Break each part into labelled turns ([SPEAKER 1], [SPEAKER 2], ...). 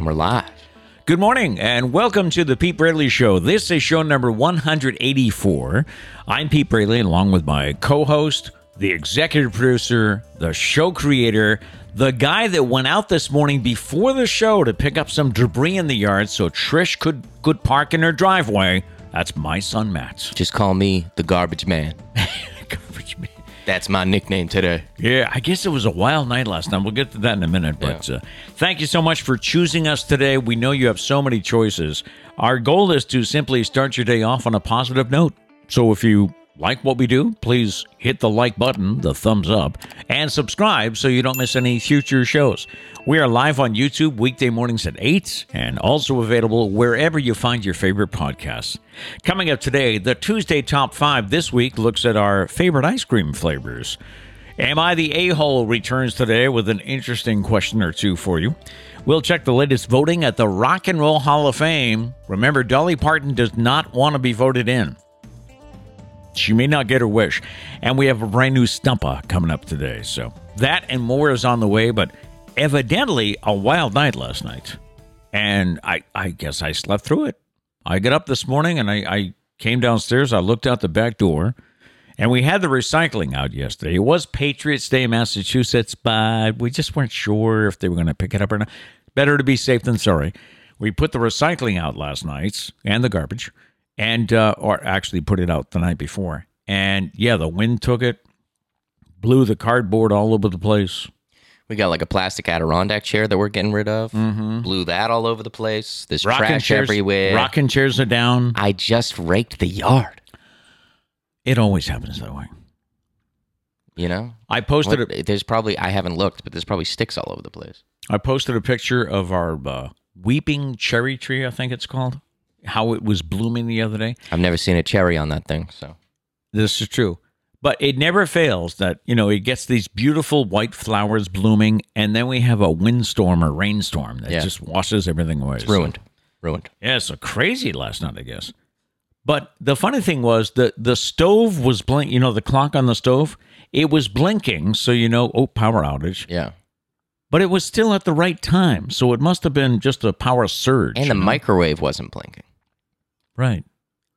[SPEAKER 1] we're live.
[SPEAKER 2] Good morning and welcome to the Pete Bradley Show. This is show number 184. I'm Pete Bradley, along with my co host, the executive producer, the show creator, the guy that went out this morning before the show to pick up some debris in the yard so Trish could, could park in her driveway. That's my son, Matt.
[SPEAKER 1] Just call me the garbage man.
[SPEAKER 2] Garbage man.
[SPEAKER 1] That's my nickname today.
[SPEAKER 2] Yeah, I guess it was a wild night last night. We'll get to that in a minute. But uh, thank you so much for choosing us today. We know you have so many choices. Our goal is to simply start your day off on a positive note. So if you like what we do, please hit the like button, the thumbs up, and subscribe so you don't miss any future shows. We are live on YouTube weekday mornings at 8 and also available wherever you find your favorite podcasts. Coming up today, the Tuesday Top 5 this week looks at our favorite ice cream flavors. Am I the a hole returns today with an interesting question or two for you. We'll check the latest voting at the Rock and Roll Hall of Fame. Remember, Dolly Parton does not want to be voted in. She may not get her wish. And we have a brand new stumpa coming up today. So that and more is on the way, but evidently a wild night last night. And I, I guess I slept through it. I got up this morning and I, I came downstairs. I looked out the back door and we had the recycling out yesterday. It was Patriots Day in Massachusetts, but we just weren't sure if they were going to pick it up or not. Better to be safe than sorry. We put the recycling out last night and the garbage, and uh, or actually put it out the night before. And yeah, the wind took it, blew the cardboard all over the place.
[SPEAKER 1] We got like a plastic Adirondack chair that we're getting rid of. Blew that all over the place. There's
[SPEAKER 2] Mm-hmm. Rocking
[SPEAKER 1] trash
[SPEAKER 2] chairs,
[SPEAKER 1] everywhere.
[SPEAKER 2] Rocking chairs are down.
[SPEAKER 1] I just raked the yard.
[SPEAKER 2] It always happens that way.
[SPEAKER 1] You know,
[SPEAKER 2] I posted a,
[SPEAKER 1] What- there's probably I haven't looked, but there's probably sticks all over the place.
[SPEAKER 2] I posted a picture of our uh, weeping cherry tree, I think it's called, how it was blooming the other day.
[SPEAKER 1] I've never seen a cherry on that thing. So
[SPEAKER 2] This is true. But it never fails that, you know, it gets these beautiful white flowers blooming, and then we have a windstorm or rainstorm that
[SPEAKER 1] Yeah.
[SPEAKER 2] just washes everything away. It's
[SPEAKER 1] ruined, ruined.
[SPEAKER 2] Yeah, so crazy last night, I guess. But the funny thing was the the stove was blink. You know, the clock on the stove it was blinking, so you know, oh, power outage.
[SPEAKER 1] Yeah,
[SPEAKER 2] But it was still at the right time, so it must have been just a power surge.
[SPEAKER 1] and the microwave wasn't blinking.
[SPEAKER 2] right?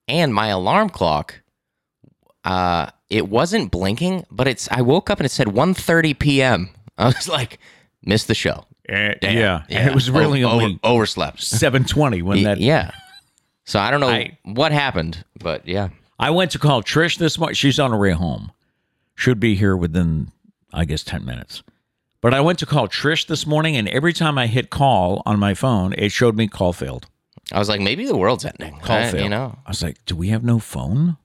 [SPEAKER 1] and my alarm clock uh it wasn't blinking but it's i woke up and it said 1.30 p.m i was like missed the show
[SPEAKER 2] Uh,
[SPEAKER 1] Damn.
[SPEAKER 2] yeah, it was really
[SPEAKER 1] O-
[SPEAKER 2] only
[SPEAKER 1] over, overslept
[SPEAKER 2] seven twenty when that.
[SPEAKER 1] Oh, yeah so i don't know
[SPEAKER 2] I-
[SPEAKER 1] what happened but yeah
[SPEAKER 2] I went to call Trish this morning. She's on her way home. Should be here within, I guess, 10 minutes. But I went to call Trish this morning, and every time I hit call on my phone, it showed me call failed.
[SPEAKER 1] i was like maybe the world's ending
[SPEAKER 2] Call
[SPEAKER 1] I-
[SPEAKER 2] failed.
[SPEAKER 1] you know
[SPEAKER 2] I was like, do we have no phone?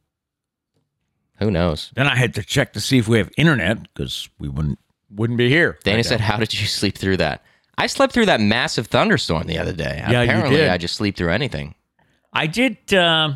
[SPEAKER 1] who knows
[SPEAKER 2] Then I had to check to see if we have internet because we wouldn't wouldn't be here.
[SPEAKER 1] dana
[SPEAKER 2] Like,
[SPEAKER 1] said how did you sleep through that i slept through that massive thunderstorm the other day
[SPEAKER 2] you
[SPEAKER 1] apparently
[SPEAKER 2] did.
[SPEAKER 1] i just sleep through anything
[SPEAKER 2] I did. Uh,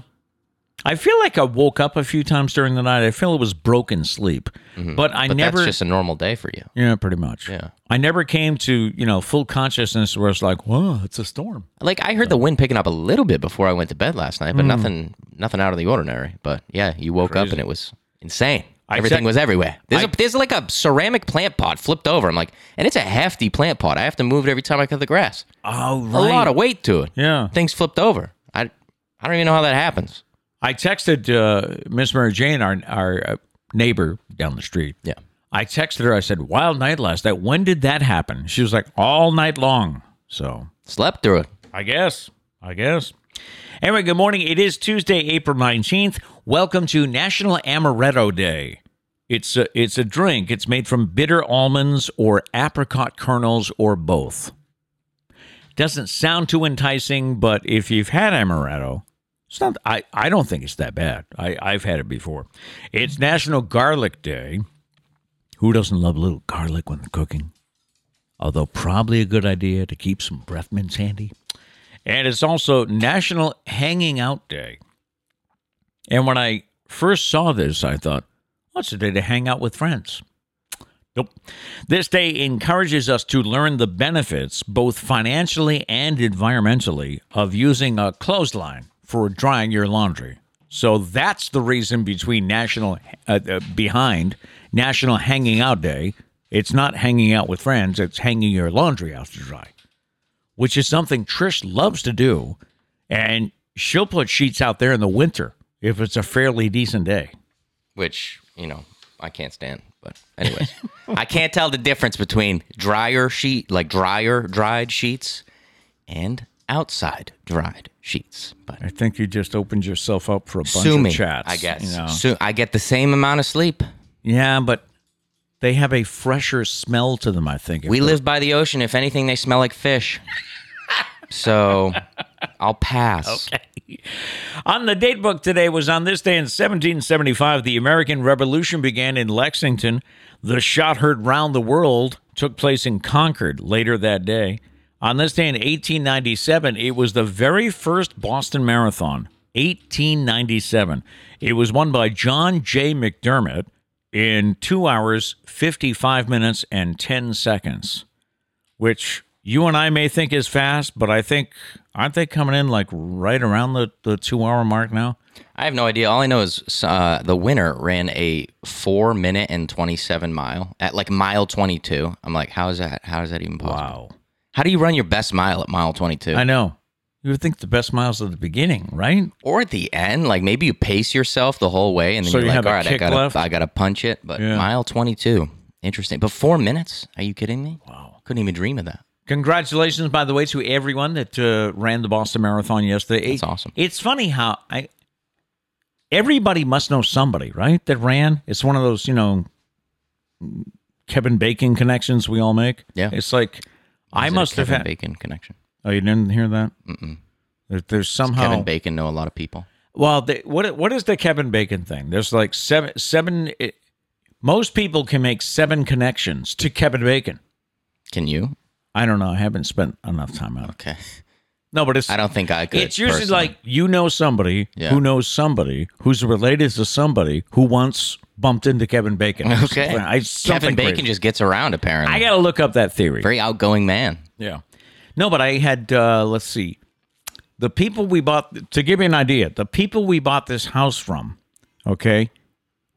[SPEAKER 2] I feel like I woke up a few times during the night. I feel it was broken sleep, but I
[SPEAKER 1] Mm-hmm. but
[SPEAKER 2] never.
[SPEAKER 1] that's just a normal day for you
[SPEAKER 2] yeah, pretty much.
[SPEAKER 1] Yeah.
[SPEAKER 2] I never came to you know full consciousness where it's like, whoa, it's a storm.
[SPEAKER 1] Like I heard the wind picking up a little bit before I went to bed last night, but
[SPEAKER 2] Hmm.
[SPEAKER 1] nothing nothing out of the ordinary. But yeah, you woke up and it was insane.
[SPEAKER 2] I
[SPEAKER 1] Everything
[SPEAKER 2] checked-
[SPEAKER 1] was everywhere. There's, a
[SPEAKER 2] I-
[SPEAKER 1] there's like a ceramic plant pot flipped over. I'm like, and it's a hefty plant pot. I have to move it every time I cut the grass.
[SPEAKER 2] Oh,
[SPEAKER 1] A lot of weight to it.
[SPEAKER 2] yeah.
[SPEAKER 1] Things flipped over. I I don't even know how that happens.
[SPEAKER 2] I texted uh, Miss Mary Jane, our our uh, neighbor down the street.
[SPEAKER 1] Yeah.
[SPEAKER 2] I texted her. I said, "Wild night last night. When did that happen?" She was like, "All night long." So
[SPEAKER 1] Slept through it.
[SPEAKER 2] I guess. I guess. Anyway, good morning. It is Tuesday, April 19th. Welcome to National Amaretto Day. It's a, it's a drink. It's made from bitter almonds or apricot kernels or both. Doesn't sound too enticing, but if you've had amaretto, it's not I, I don't think it's that bad. I, I've had it before. It's National Garlic Day. Who doesn't love a little garlic when cooking? Although probably a good idea to keep some breath mints handy. And it's also National Hanging Out Day. And when I first saw this, I thought, what's a day to hang out with friends? Nope. This day encourages us to learn the benefits, both financially and environmentally, of using a clothesline for drying your laundry. So that's the reason between national uh, uh, behind National Hanging Out Day. It's not hanging out with friends; it's hanging your laundry out to dry which is something Trish loves to do. And she'll put sheets out there in the winter if it's a fairly decent day.
[SPEAKER 1] which you know I can't stand. But anyways, I can't tell the difference between dryer sheet, like dryer dried sheets, and outside dried sheets. But
[SPEAKER 2] I think you just opened yourself up for a bunch
[SPEAKER 1] sue me,
[SPEAKER 2] of chats.
[SPEAKER 1] I guess.
[SPEAKER 2] you know.
[SPEAKER 1] Sue- I get the same amount of sleep.
[SPEAKER 2] Yeah, but they have a fresher smell to them, I think.
[SPEAKER 1] We live by the ocean. If anything, they smell like fish. so I'll pass.
[SPEAKER 2] On the date book today was on this day in 1775, the American Revolution began in Lexington. The shot heard round the world took place in Concord later that day. On this day in 1897, it was the very first Boston Marathon. 1897. It was won by John J. McDermott in two hours, 55 minutes, and 10 seconds which you and I may think is fast, but I think aren't they coming in like right around the, the two hour mark now?
[SPEAKER 1] I have no idea. All I know is uh, the winner ran a four minute and twenty seven mile at like mile twenty two. I'm like, how is that? How is that even possible?
[SPEAKER 2] Wow.
[SPEAKER 1] How do you run your best mile at mile 22?
[SPEAKER 2] I know. You would think the best miles at the beginning, right?
[SPEAKER 1] or at the end, like maybe you pace yourself the whole way and then
[SPEAKER 2] So
[SPEAKER 1] you're
[SPEAKER 2] you
[SPEAKER 1] like,
[SPEAKER 2] have a
[SPEAKER 1] all right, I
[SPEAKER 2] kick
[SPEAKER 1] gotta,
[SPEAKER 2] left?
[SPEAKER 1] I gotta punch it. But
[SPEAKER 2] Yeah.
[SPEAKER 1] mile 22, interesting. But four minutes? Are you kidding me?
[SPEAKER 2] Wow.
[SPEAKER 1] Couldn't even dream of that.
[SPEAKER 2] Congratulations, by the way, to everyone that uh, ran the Boston Marathon yesterday.
[SPEAKER 1] That's awesome.
[SPEAKER 2] It's funny how I everybody must know somebody, right? That ran. It's one of those, you know, Kevin Bacon connections we all make.
[SPEAKER 1] Yeah.
[SPEAKER 2] It's like I
[SPEAKER 1] Is it a
[SPEAKER 2] must have
[SPEAKER 1] Kevin
[SPEAKER 2] had.
[SPEAKER 1] Bacon connection.
[SPEAKER 2] Oh, you didn't hear that? Mm-mm. There's somehow
[SPEAKER 1] Kevin Bacon know a lot of people.
[SPEAKER 2] Well, they, what what is the Kevin Bacon thing? There's like seven seven. It, most people can make seven connections to Kevin Bacon.
[SPEAKER 1] Can you?
[SPEAKER 2] I don't know. I haven't spent enough time on it.
[SPEAKER 1] Okay.
[SPEAKER 2] No, but it's
[SPEAKER 1] I don't think I could.
[SPEAKER 2] it's usually
[SPEAKER 1] personally.
[SPEAKER 2] like you know somebody
[SPEAKER 1] Yeah.
[SPEAKER 2] who knows somebody who's related to somebody who once bumped into Kevin Bacon.
[SPEAKER 1] Okay.
[SPEAKER 2] I,
[SPEAKER 1] Kevin
[SPEAKER 2] something
[SPEAKER 1] Bacon
[SPEAKER 2] crazy.
[SPEAKER 1] just gets around apparently.
[SPEAKER 2] I gotta look up that theory.
[SPEAKER 1] Very outgoing man.
[SPEAKER 2] Yeah. No, but I had uh let's see. The people we bought to give you an idea, the people we bought this house from, okay?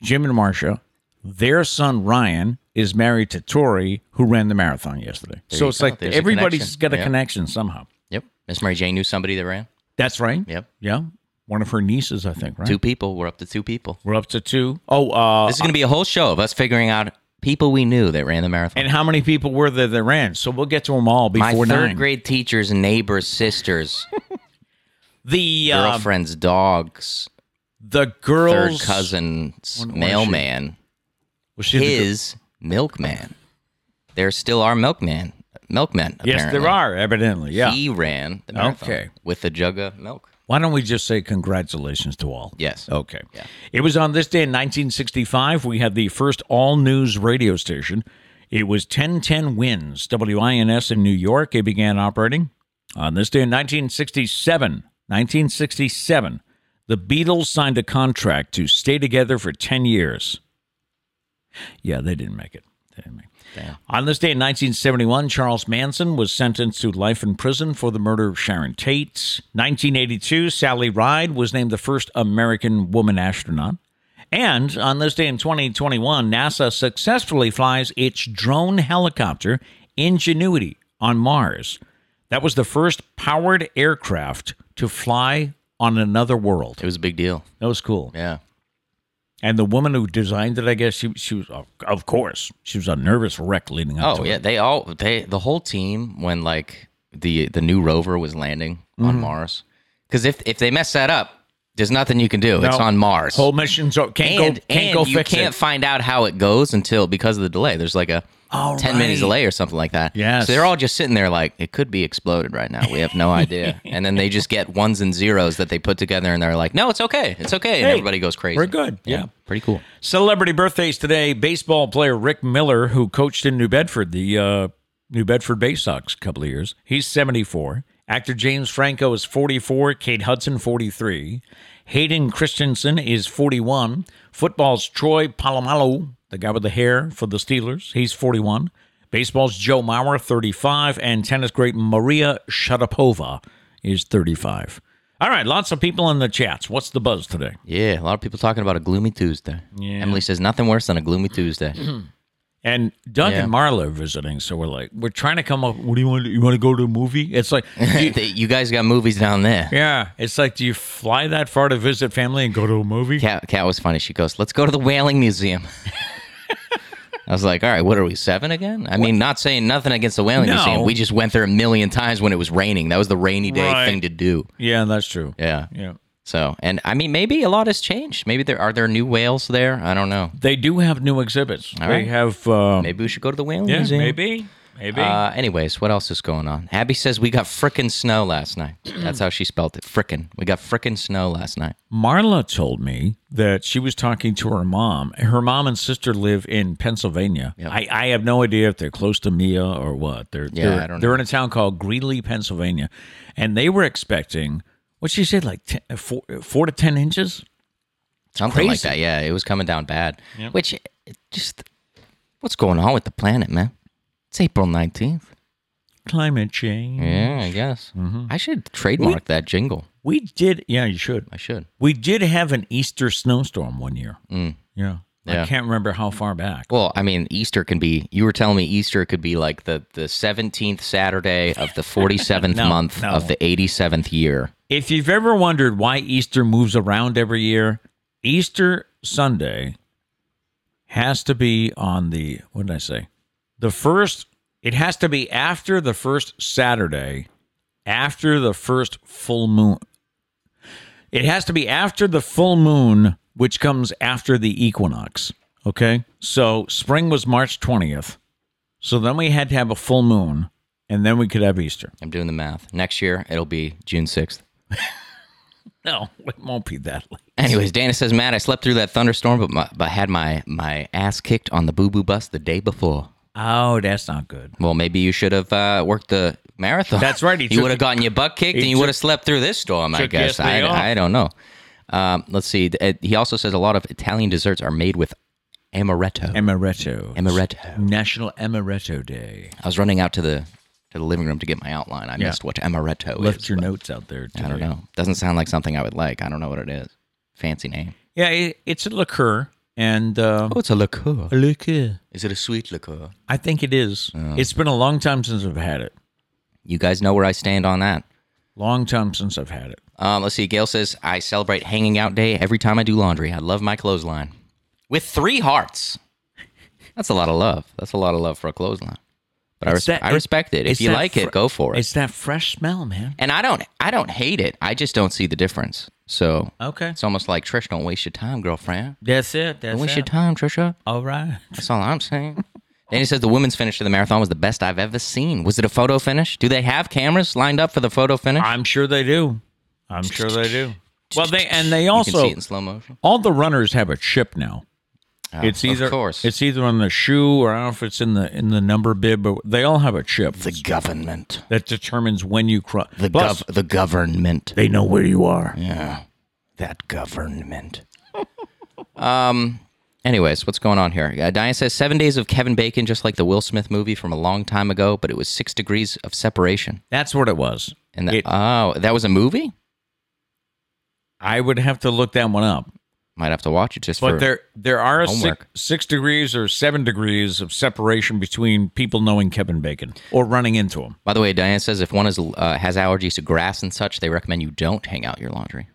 [SPEAKER 2] Jim and Marcia, their son Ryan is married to Tori who ran the marathon yesterday. so
[SPEAKER 1] you
[SPEAKER 2] it's
[SPEAKER 1] go.
[SPEAKER 2] like
[SPEAKER 1] There's a
[SPEAKER 2] everybody's
[SPEAKER 1] connection.
[SPEAKER 2] got a
[SPEAKER 1] Yeah.
[SPEAKER 2] connection somehow.
[SPEAKER 1] Yep. Miss Mary Jane knew somebody that ran.
[SPEAKER 2] That's right.
[SPEAKER 1] Yep.
[SPEAKER 2] Yeah. One of her nieces, I think, right?
[SPEAKER 1] Two people. We're up to two people.
[SPEAKER 2] We're up to two. Oh, uh
[SPEAKER 1] This is going to be a whole show of us figuring out people we knew that ran the marathon.
[SPEAKER 2] and how many people were there that ran? So we'll get to them all
[SPEAKER 1] My
[SPEAKER 2] before
[SPEAKER 1] third
[SPEAKER 2] nine.
[SPEAKER 1] grade teacher's neighbor's sister's
[SPEAKER 2] the uh,
[SPEAKER 1] girlfriend's dog's
[SPEAKER 2] the girls
[SPEAKER 1] third cousin's
[SPEAKER 2] when was she?
[SPEAKER 1] mailman,
[SPEAKER 2] Was she the gir-
[SPEAKER 1] his milkman. There still are milkman, milkmen.
[SPEAKER 2] Yes,
[SPEAKER 1] apparently.
[SPEAKER 2] there are evidently. Yeah.
[SPEAKER 1] He ran the marathon
[SPEAKER 2] Okay.
[SPEAKER 1] with a jug of milk.
[SPEAKER 2] Why don't we just say congratulations to all?
[SPEAKER 1] Yes.
[SPEAKER 2] Okay. It was on this day in 1965 we had the first all news radio station. It was 1010 Winds, WINS in New York. It began operating on this day in 1967. 1967, the Beatles signed a contract to stay together for 10 years. Yeah, they didn't make it. They didn't make it. On this day in 1971, Charles Manson was sentenced to life in prison for the murder of Sharon Tate. 1982, Sally Ride was named the first American woman astronaut. And on this day in 2021, NASA successfully flies its drone helicopter, Ingenuity, on Mars. That was the first powered aircraft to fly on another world.
[SPEAKER 1] It was a big deal.
[SPEAKER 2] That was cool.
[SPEAKER 1] Yeah.
[SPEAKER 2] And the woman who designed it, I guess, she, she was, of course, she was a nervous wreck leading up to
[SPEAKER 1] Oh
[SPEAKER 2] it.
[SPEAKER 1] yeah, they all they the whole team when like the the new rover was landing on Mars. Because if if they mess that up, there's nothing you can do. It's
[SPEAKER 2] No.
[SPEAKER 1] on Mars.
[SPEAKER 2] Whole missions so can't
[SPEAKER 1] and
[SPEAKER 2] go can't
[SPEAKER 1] and
[SPEAKER 2] go
[SPEAKER 1] you
[SPEAKER 2] fix
[SPEAKER 1] can't
[SPEAKER 2] it.
[SPEAKER 1] find out how it goes until because of the delay. There's like a
[SPEAKER 2] Oh,
[SPEAKER 1] 10 minutes
[SPEAKER 2] right.
[SPEAKER 1] delay or something like that.
[SPEAKER 2] Yes.
[SPEAKER 1] So they're all just sitting there like it could be exploded right now. We have no idea. and then they just get ones and zeros that they put together and they're like, "No, it's okay. It's okay." and
[SPEAKER 2] Hey,
[SPEAKER 1] everybody goes crazy.
[SPEAKER 2] we're good. Yeah.
[SPEAKER 1] Pretty cool.
[SPEAKER 2] Celebrity birthdays today. Baseball player Rick Miller, who coached in New Bedford, the uh, New Bedford Bay Sox, a couple of years. He's 74. Actor James Franco is 44. Kate Hudson, 43. Hayden Christensen is 41. Football's Troy Polamalu, the guy with the hair for the Steelers, he's 41. Baseball's Joe Mauer, 35. And tennis great Maria Sharapova is 35. All right, lots of people in the chats. What's the buzz today?
[SPEAKER 1] Yeah, a lot of people talking about a gloomy Tuesday. Emily says nothing worse than a gloomy Tuesday.
[SPEAKER 2] And Doug
[SPEAKER 1] Yeah.
[SPEAKER 2] and Marla are visiting, so we're like, we're trying to come up. What do you want? To, you want to go to a movie? It's like, do you-
[SPEAKER 1] They- you guys got movies down there.
[SPEAKER 2] yeah, it's like, do you fly that far to visit family and go to a movie?
[SPEAKER 1] Cat, Cat was funny. She goes, "Let's go to the Whaling Museum." I was like, "All right, what are we seven again?" I mean, not saying nothing against the Whaling
[SPEAKER 2] No.
[SPEAKER 1] Museum. We just went there a million times when it was raining. That was the rainy day
[SPEAKER 2] Right.
[SPEAKER 1] thing to do.
[SPEAKER 2] Yeah, that's true.
[SPEAKER 1] Yeah.
[SPEAKER 2] yeah.
[SPEAKER 1] So, and I mean, maybe a lot has changed. Maybe there are there new whales there. I don't know.
[SPEAKER 2] They do have new exhibits. they
[SPEAKER 1] right.
[SPEAKER 2] have, uh,
[SPEAKER 1] Maybe we should go to the Whaling
[SPEAKER 2] yeah,
[SPEAKER 1] Museum.
[SPEAKER 2] maybe, maybe.
[SPEAKER 1] Uh, anyways, what else is going on? Abby says we got frickin' snow last night. That's how she spelt it. Frickin'. We got frickin' snow last night.
[SPEAKER 2] Marla told me that she was talking to her mom. Her mom and sister live in Pennsylvania. I, I have no idea if they're close to Mia or what. They're
[SPEAKER 1] Yeah,
[SPEAKER 2] they're,
[SPEAKER 1] I don't
[SPEAKER 2] they're in a town called Greeley, Pennsylvania, and they were expecting what she said like 10, four, uh, four to ten inches.
[SPEAKER 1] Something like
[SPEAKER 2] crazy.
[SPEAKER 1] that. Yeah, it was coming down bad. Which it just what's going on with the planet, man? It's April 19th.
[SPEAKER 2] Climate change.
[SPEAKER 1] Yeah, I guess.
[SPEAKER 2] Mm-hmm.
[SPEAKER 1] I should trademark that jingle.
[SPEAKER 2] We did. Yeah, you should.
[SPEAKER 1] I should.
[SPEAKER 2] We did have an Easter snowstorm one year. Yeah. I
[SPEAKER 1] Mm. Yeah.
[SPEAKER 2] can't remember how far back.
[SPEAKER 1] Well, I mean, Easter can be you were telling me Easter could be like the the 17th Saturday of the 47th
[SPEAKER 2] No,
[SPEAKER 1] month
[SPEAKER 2] no.
[SPEAKER 1] of the 87th year.
[SPEAKER 2] If you've ever wondered why Easter moves around every year, Easter Sunday has to be on the what did I say? The first it has to be after the first Saturday, after the first full moon. It has to be after the full moon, which comes after the equinox. Okay? So spring was March 20th. So then we had to have a full moon, and then we could have Easter.
[SPEAKER 1] I'm doing the math. Next year it'll be June 6th.
[SPEAKER 2] No, it won't be that late.
[SPEAKER 1] Anyways, Dana says, Matt, I slept through that thunderstorm, but my, but had my my ass kicked on the boo boo bus the day before.
[SPEAKER 2] Oh, that's not good.
[SPEAKER 1] Well, maybe you should have uh, worked the marathon.
[SPEAKER 2] That's right, he
[SPEAKER 1] you
[SPEAKER 2] took-
[SPEAKER 1] would have gotten your butt kicked, and you
[SPEAKER 2] took-
[SPEAKER 1] would have slept through this storm. I
[SPEAKER 2] took
[SPEAKER 1] guess. I,
[SPEAKER 2] yesterday off.
[SPEAKER 1] I don't know. Um, let's see. Uh, He also says a lot of Italian desserts are made with amaretto.
[SPEAKER 2] Amaretto.
[SPEAKER 1] amaretto.
[SPEAKER 2] National Amaretto Day.
[SPEAKER 1] I was running out to the to the living room to get my outline. I missed what amaretto
[SPEAKER 2] Left
[SPEAKER 1] is.
[SPEAKER 2] your notes out there. Today.
[SPEAKER 1] I don't know. Doesn't sound like something I would like. I don't know what it is. Fancy name.
[SPEAKER 2] Yeah, it, it's a liqueur and uh,
[SPEAKER 1] Oh, it's a liqueur. Oh.
[SPEAKER 2] liqueur.
[SPEAKER 1] Is it a sweet liqueur?
[SPEAKER 2] I think it is. It's been a long time since I've had it.
[SPEAKER 1] You guys know where I stand on that.
[SPEAKER 2] Long time since I've had it.
[SPEAKER 1] Um, let's see. Gail says, I celebrate hanging out day every time I do laundry. I love my clothesline. With three hearts. That's a lot of love. That's a lot of love for a clothesline. But I, res-
[SPEAKER 2] It's that-
[SPEAKER 1] I respect it. If
[SPEAKER 2] it's
[SPEAKER 1] you
[SPEAKER 2] that
[SPEAKER 1] like
[SPEAKER 2] fr-
[SPEAKER 1] it, go for it.
[SPEAKER 2] It's that fresh smell, man.
[SPEAKER 1] And I don't I don't hate it. I just don't see the difference. So
[SPEAKER 2] Okay.
[SPEAKER 1] it's almost like Trish, don't waste your time, girlfriend.
[SPEAKER 2] That's it. That's
[SPEAKER 1] Don't waste your time, Trisha.
[SPEAKER 2] All right.
[SPEAKER 1] That's all I'm saying. Danny says the women's finish to the marathon was the best I've ever seen. Was it a photo finish? Do they have cameras lined up for the photo finish?
[SPEAKER 2] I'm sure they do. I'm sure they do. Well, they and they also
[SPEAKER 1] you can see it in slow motion.
[SPEAKER 2] all the runners have a chip now. it's
[SPEAKER 1] of
[SPEAKER 2] either
[SPEAKER 1] course.
[SPEAKER 2] it's either on the shoe or I don't know if it's in the in the number bib, but they all have a chip
[SPEAKER 1] government.
[SPEAKER 2] that determines when you cross.
[SPEAKER 1] The
[SPEAKER 2] Plus,
[SPEAKER 1] gov- the government.
[SPEAKER 2] they know where you are.
[SPEAKER 1] Yeah. That government. um anyways, what's going on here? Uh, Diane says 7 days of Kevin Bacon just like the Will Smith movie from a long time ago, but it was 6 degrees of separation.
[SPEAKER 2] That's what it was.
[SPEAKER 1] And that
[SPEAKER 2] It-
[SPEAKER 1] oh, that was a movie?
[SPEAKER 2] I would have to look that one up.
[SPEAKER 1] Might have to watch it just
[SPEAKER 2] But
[SPEAKER 1] for
[SPEAKER 2] there there are six,
[SPEAKER 1] homework.
[SPEAKER 2] six degrees or seven degrees of separation between people knowing Kevin Bacon or running into him.
[SPEAKER 1] By the way, Diane says if one is uh, has allergies to grass and such, they recommend you don't hang out your laundry.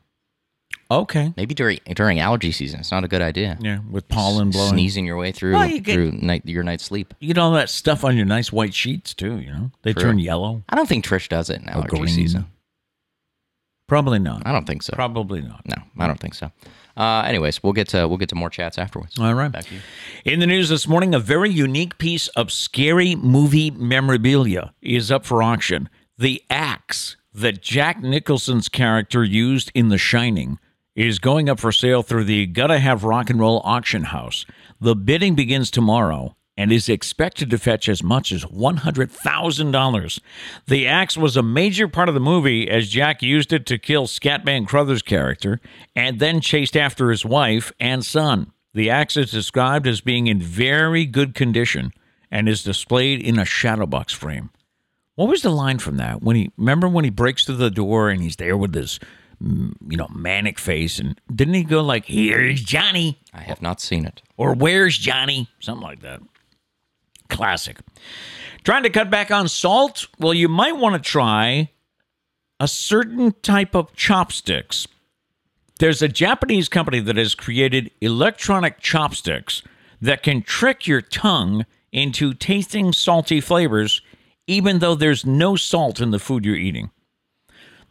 [SPEAKER 2] Okay.
[SPEAKER 1] Maybe during during allergy season, it's not a good idea.
[SPEAKER 2] Yeah, with pollen blowing.
[SPEAKER 1] Sneezing your way through
[SPEAKER 2] Well, you get-
[SPEAKER 1] through night, your night's sleep.
[SPEAKER 2] You get all that stuff on your nice white sheets too. You know they turn yellow.
[SPEAKER 1] I don't think Trish does it in allergy
[SPEAKER 2] Oh, green.
[SPEAKER 1] season.
[SPEAKER 2] Probably not.
[SPEAKER 1] I don't think so.
[SPEAKER 2] Probably not.
[SPEAKER 1] No, I don't think so. Uh, anyways, we'll get to we'll get to more chats afterwards.
[SPEAKER 2] All right.
[SPEAKER 1] Back to you.
[SPEAKER 2] In the news this morning, a very unique piece of scary movie memorabilia is up for auction. The axe that Jack Nicholson's character used in The Shining is going up for sale through the Gotta Have Rock and Roll auction house. The bidding begins tomorrow and is expected to fetch as much as $100,000. The axe was a major part of the movie as Jack used it to kill Scatman Crothers' character and then chased after his wife and son. The axe is described as being in very good condition and is displayed in a shadow box frame. What was the line from that? When he remember when he breaks through the door and he's there with his mm, you know manic face and didn't he go like here's Johnny
[SPEAKER 1] I have not seen it.
[SPEAKER 2] or where's Johnny something like that. Classic. Trying to cut back on salt? Well, you might want to try a certain type of chopsticks. There's a Japanese company that has created electronic chopsticks that can trick your tongue into tasting salty flavors, even though there's no salt in the food you're eating.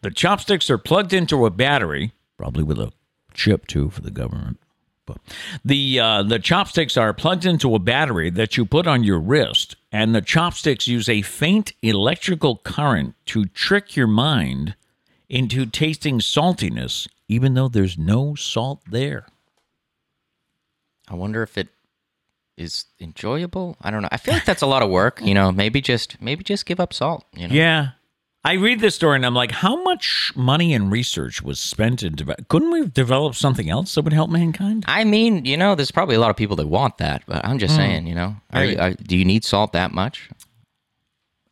[SPEAKER 2] The chopsticks are plugged into a battery, probably with a chip too for the government. But the uh, the chopsticks are plugged into a battery that you put on your wrist, and the chopsticks use a faint electrical current to trick your mind into tasting saltiness, even though there's no salt there.
[SPEAKER 1] I wonder if it is enjoyable. I don't know. I feel like that's a lot of work. You know, maybe just maybe just give up salt. You know,
[SPEAKER 2] Yeah. I read this story and I'm like, how much money and research was spent in develop? Couldn't we have developed something else that would help mankind?
[SPEAKER 1] I mean, you know, there's probably a lot of people that want that, but I'm
[SPEAKER 2] Hmm.
[SPEAKER 1] just saying, you know, are you, are, do you need salt that much?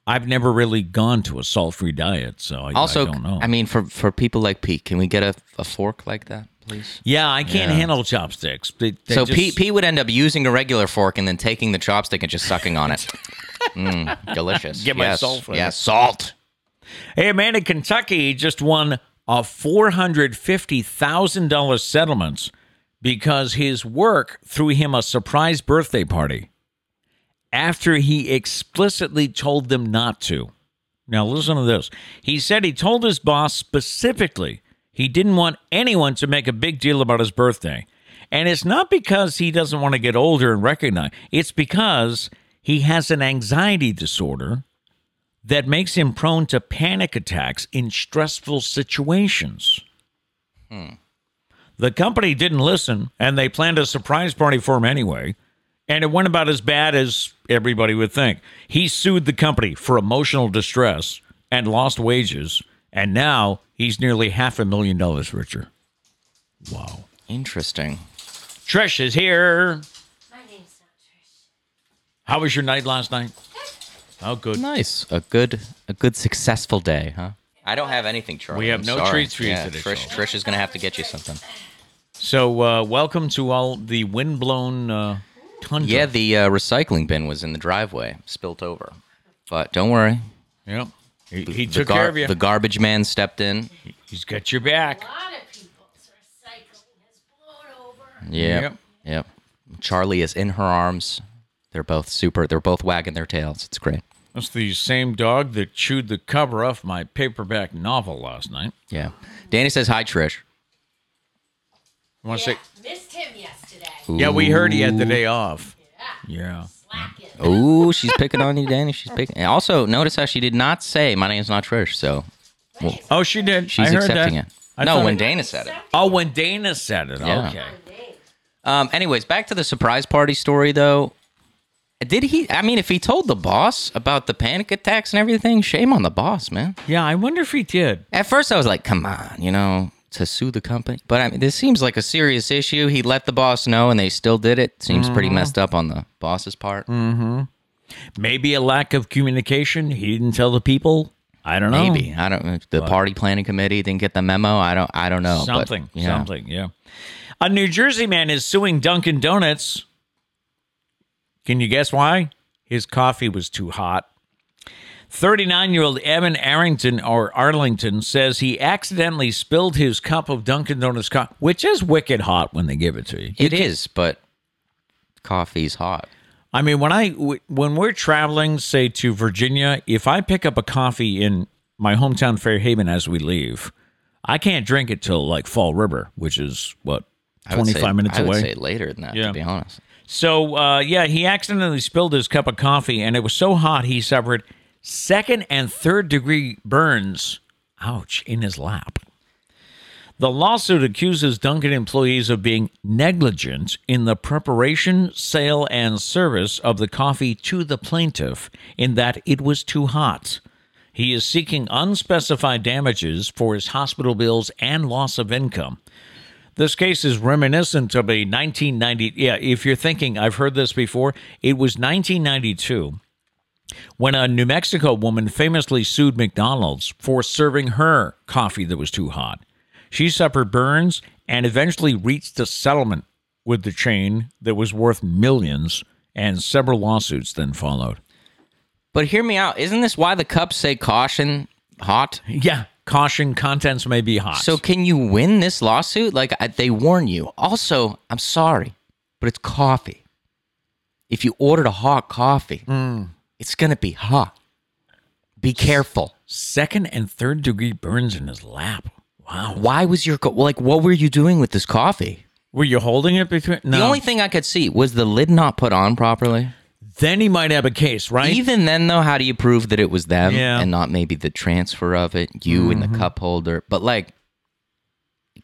[SPEAKER 2] I've never really gone to a salt-free diet, so I,
[SPEAKER 1] Also,
[SPEAKER 2] I
[SPEAKER 1] I,
[SPEAKER 2] don't know.
[SPEAKER 1] mean, for for people like Pete, can we get a, a fork like that, please?
[SPEAKER 2] yeah, I can't handle chopsticks. They, they
[SPEAKER 1] so
[SPEAKER 2] just-
[SPEAKER 1] Pete Pete would end up using a regular fork and then taking the chopstick and just sucking on it. Mm, delicious.
[SPEAKER 2] Get my
[SPEAKER 1] yes,
[SPEAKER 2] salt for
[SPEAKER 1] yes, salt.
[SPEAKER 2] Hey, a man in Kentucky just won a $450,000 settlement because his work threw him a surprise birthday party after he explicitly told them not to. Now, listen to this. He said he told his boss specifically he didn't want anyone to make a big deal about his birthday. And it's not because he doesn't want to get older and recognize, it's because he has an anxiety disorder that makes him prone to panic attacks in stressful situations. The company didn't listen and they planned a surprise party for him anyway. And it went about as bad as everybody would think. He sued the company for emotional distress and lost wages. And now he's nearly half a million dollars richer. Wow.
[SPEAKER 1] Interesting.
[SPEAKER 2] Trish is here.
[SPEAKER 3] My name's not Trish.
[SPEAKER 2] How was your night last night? Oh, good.
[SPEAKER 1] Nice. A good a good successful day, huh? I don't have anything, Charlie.
[SPEAKER 2] We have
[SPEAKER 1] I'm
[SPEAKER 2] no
[SPEAKER 1] sorry.
[SPEAKER 2] treats for you
[SPEAKER 1] yeah,
[SPEAKER 2] today,
[SPEAKER 1] Trish,
[SPEAKER 2] Charlie.
[SPEAKER 1] Trish is gonna have to get you something.
[SPEAKER 2] So, uh, welcome to all the windblown uh, tundra.
[SPEAKER 1] Yeah, the uh, recycling bin was in the driveway, spilt over. But don't worry.
[SPEAKER 2] Yep. He, he
[SPEAKER 1] The
[SPEAKER 2] took
[SPEAKER 1] gar-
[SPEAKER 2] care of you.
[SPEAKER 1] The garbage man stepped in.
[SPEAKER 2] He's got your back.
[SPEAKER 3] A lot of people's recycling has blown over.
[SPEAKER 1] Yeah. Yep.
[SPEAKER 2] Yep.
[SPEAKER 1] Charlie is in her arms. They're both super. They're both wagging their tails. It's great.
[SPEAKER 2] That's the same dog that chewed the cover off my paperback novel last night.
[SPEAKER 1] Yeah. Danny says hi, Trish.
[SPEAKER 2] Want to
[SPEAKER 3] Yeah,
[SPEAKER 2] say?
[SPEAKER 3] missed him yesterday.
[SPEAKER 2] Yeah, we heard he had the day off.
[SPEAKER 3] Yeah,
[SPEAKER 2] Yeah.
[SPEAKER 3] slacking.
[SPEAKER 1] Ooh, she's picking on you, Danny. She's picking. and Also, notice how she did not say my name's not Trish. So
[SPEAKER 2] Oh, she did.
[SPEAKER 1] she's
[SPEAKER 2] I heard
[SPEAKER 1] accepting
[SPEAKER 2] that.
[SPEAKER 1] it.
[SPEAKER 2] I
[SPEAKER 1] no,
[SPEAKER 2] thought
[SPEAKER 1] when
[SPEAKER 2] it-
[SPEAKER 1] Dana said it.
[SPEAKER 2] Oh, when Dana said it.
[SPEAKER 1] Yeah.
[SPEAKER 2] Okay.
[SPEAKER 3] Name.
[SPEAKER 1] Um, anyways, back to the surprise party story though. Did he? I mean, if he told the boss about the panic attacks and everything, shame on the boss, man.
[SPEAKER 2] Yeah, I wonder if he did.
[SPEAKER 1] At first, I was like, come on, you know, to sue the company. But I mean, this seems like a serious issue. He let the boss know and they still did it. Seems pretty
[SPEAKER 2] Mm.
[SPEAKER 1] messed up on the boss's part.
[SPEAKER 2] Maybe a lack of communication. He didn't tell the people. I don't know.
[SPEAKER 1] Maybe I don't. The party planning committee didn't get the memo. I don't. I don't know. but,
[SPEAKER 2] Something.
[SPEAKER 1] you know.
[SPEAKER 2] Something. Yeah. A New Jersey man is suing Dunkin' Donuts. Can you guess why? His coffee was too hot. 39 year old Evan Arrington or Arlington says he accidentally spilled his cup of Dunkin' Donuts coffee, which is wicked hot when they give it to you.
[SPEAKER 1] It is, but coffee's hot.
[SPEAKER 2] I mean, when I w- when we're traveling, say to Virginia, if I pick up a coffee in my hometown Fairhaven as we leave, I can't drink it till like Fall River, which is what
[SPEAKER 1] I would
[SPEAKER 2] twenty
[SPEAKER 1] say-
[SPEAKER 2] five minutes
[SPEAKER 1] I would
[SPEAKER 2] away.
[SPEAKER 1] say later than that,
[SPEAKER 2] Yeah.
[SPEAKER 1] to be honest.
[SPEAKER 2] So uh, yeah, he accidentally spilled his cup of coffee, and it was so hot he suffered second and third degree burns. Ouch! In his lap. The lawsuit accuses Duncan employees of being negligent in the preparation, sale, and service of the coffee to the plaintiff in that it was too hot. He is seeking unspecified damages for his hospital bills and loss of income. This case is reminiscent of a 1990. Yeah, if you're thinking, I've heard this before, it was 1992 when a New Mexico woman famously sued McDonald's for serving her coffee that was too hot. She suffered burns and eventually reached a settlement with the chain that was worth millions and several lawsuits then followed.
[SPEAKER 1] But hear me out. Isn't this why the cups say caution hot?
[SPEAKER 2] Yeah, caution contents may be hot.
[SPEAKER 1] So can you win this lawsuit? Like I, they warn you. Also, I'm sorry, but it's coffee. If you ordered a hot coffee, it's gonna be hot. Be careful.
[SPEAKER 2] second and third degree burns in his lap. Wow.
[SPEAKER 1] Why was your co- like? What were you doing with this coffee?
[SPEAKER 2] Were you holding it between? No.
[SPEAKER 1] The only thing I could see was the lid not put on properly.
[SPEAKER 2] then he might have a case, right?
[SPEAKER 1] Even then, though, how do you prove that it was them
[SPEAKER 2] Yeah. Mm-hmm.
[SPEAKER 1] and not maybe the transfer of it, you and the cup holder? But like,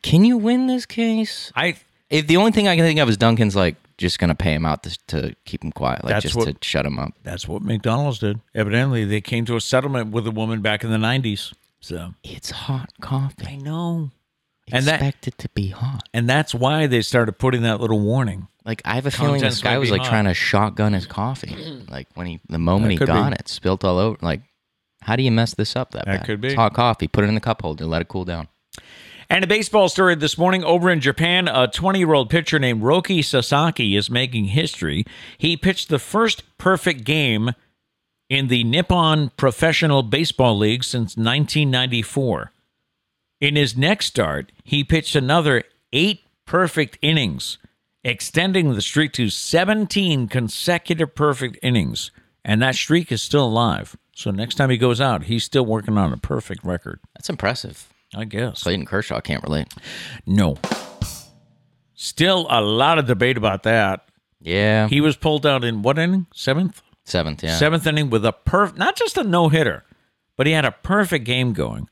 [SPEAKER 1] can you win this case?
[SPEAKER 2] I.
[SPEAKER 1] If the only thing I can think of is Duncan's like just gonna pay him out to, to keep him quiet, like
[SPEAKER 2] That's
[SPEAKER 1] just
[SPEAKER 2] what-
[SPEAKER 1] to shut him up.
[SPEAKER 2] That's what McDonald's did. Evidently, they came to a settlement with a woman back in the '90s. So
[SPEAKER 1] It's hot coffee.
[SPEAKER 2] I know, and
[SPEAKER 1] Expect
[SPEAKER 2] that
[SPEAKER 1] it to be hot.
[SPEAKER 2] and that's why they started putting that little warning.
[SPEAKER 1] Like I have a feeling
[SPEAKER 2] Contents
[SPEAKER 1] this guy
[SPEAKER 2] might
[SPEAKER 1] was
[SPEAKER 2] be
[SPEAKER 1] like
[SPEAKER 2] hot.
[SPEAKER 1] trying to shotgun his coffee. like when he, the moment
[SPEAKER 2] That
[SPEAKER 1] he
[SPEAKER 2] could be.
[SPEAKER 1] got it, spilt all over. Like, how do you mess this up that,
[SPEAKER 2] That
[SPEAKER 1] bad?
[SPEAKER 2] could be.
[SPEAKER 1] It's hot coffee. Put it in the cup holder. Let it cool down.
[SPEAKER 2] And a baseball story this morning over in Japan, a 20 year old pitcher named Roki Sasaki is making history. He pitched the first perfect game in the Nippon Professional Baseball League since 1994. In his next start, he pitched another eight perfect innings, extending the streak to 17 consecutive perfect innings. And that streak is still alive. So next time he goes out, he's still working on a perfect record,
[SPEAKER 1] That's impressive.
[SPEAKER 2] I guess.
[SPEAKER 1] Clayton Kershaw can't relate.
[SPEAKER 2] No. Still a lot of debate about that.
[SPEAKER 1] Yeah.
[SPEAKER 2] He was pulled out in what inning? Seventh?
[SPEAKER 1] Seventh, yeah.
[SPEAKER 2] Seventh inning with a perf not just a no hitter, but he had a perfect game going.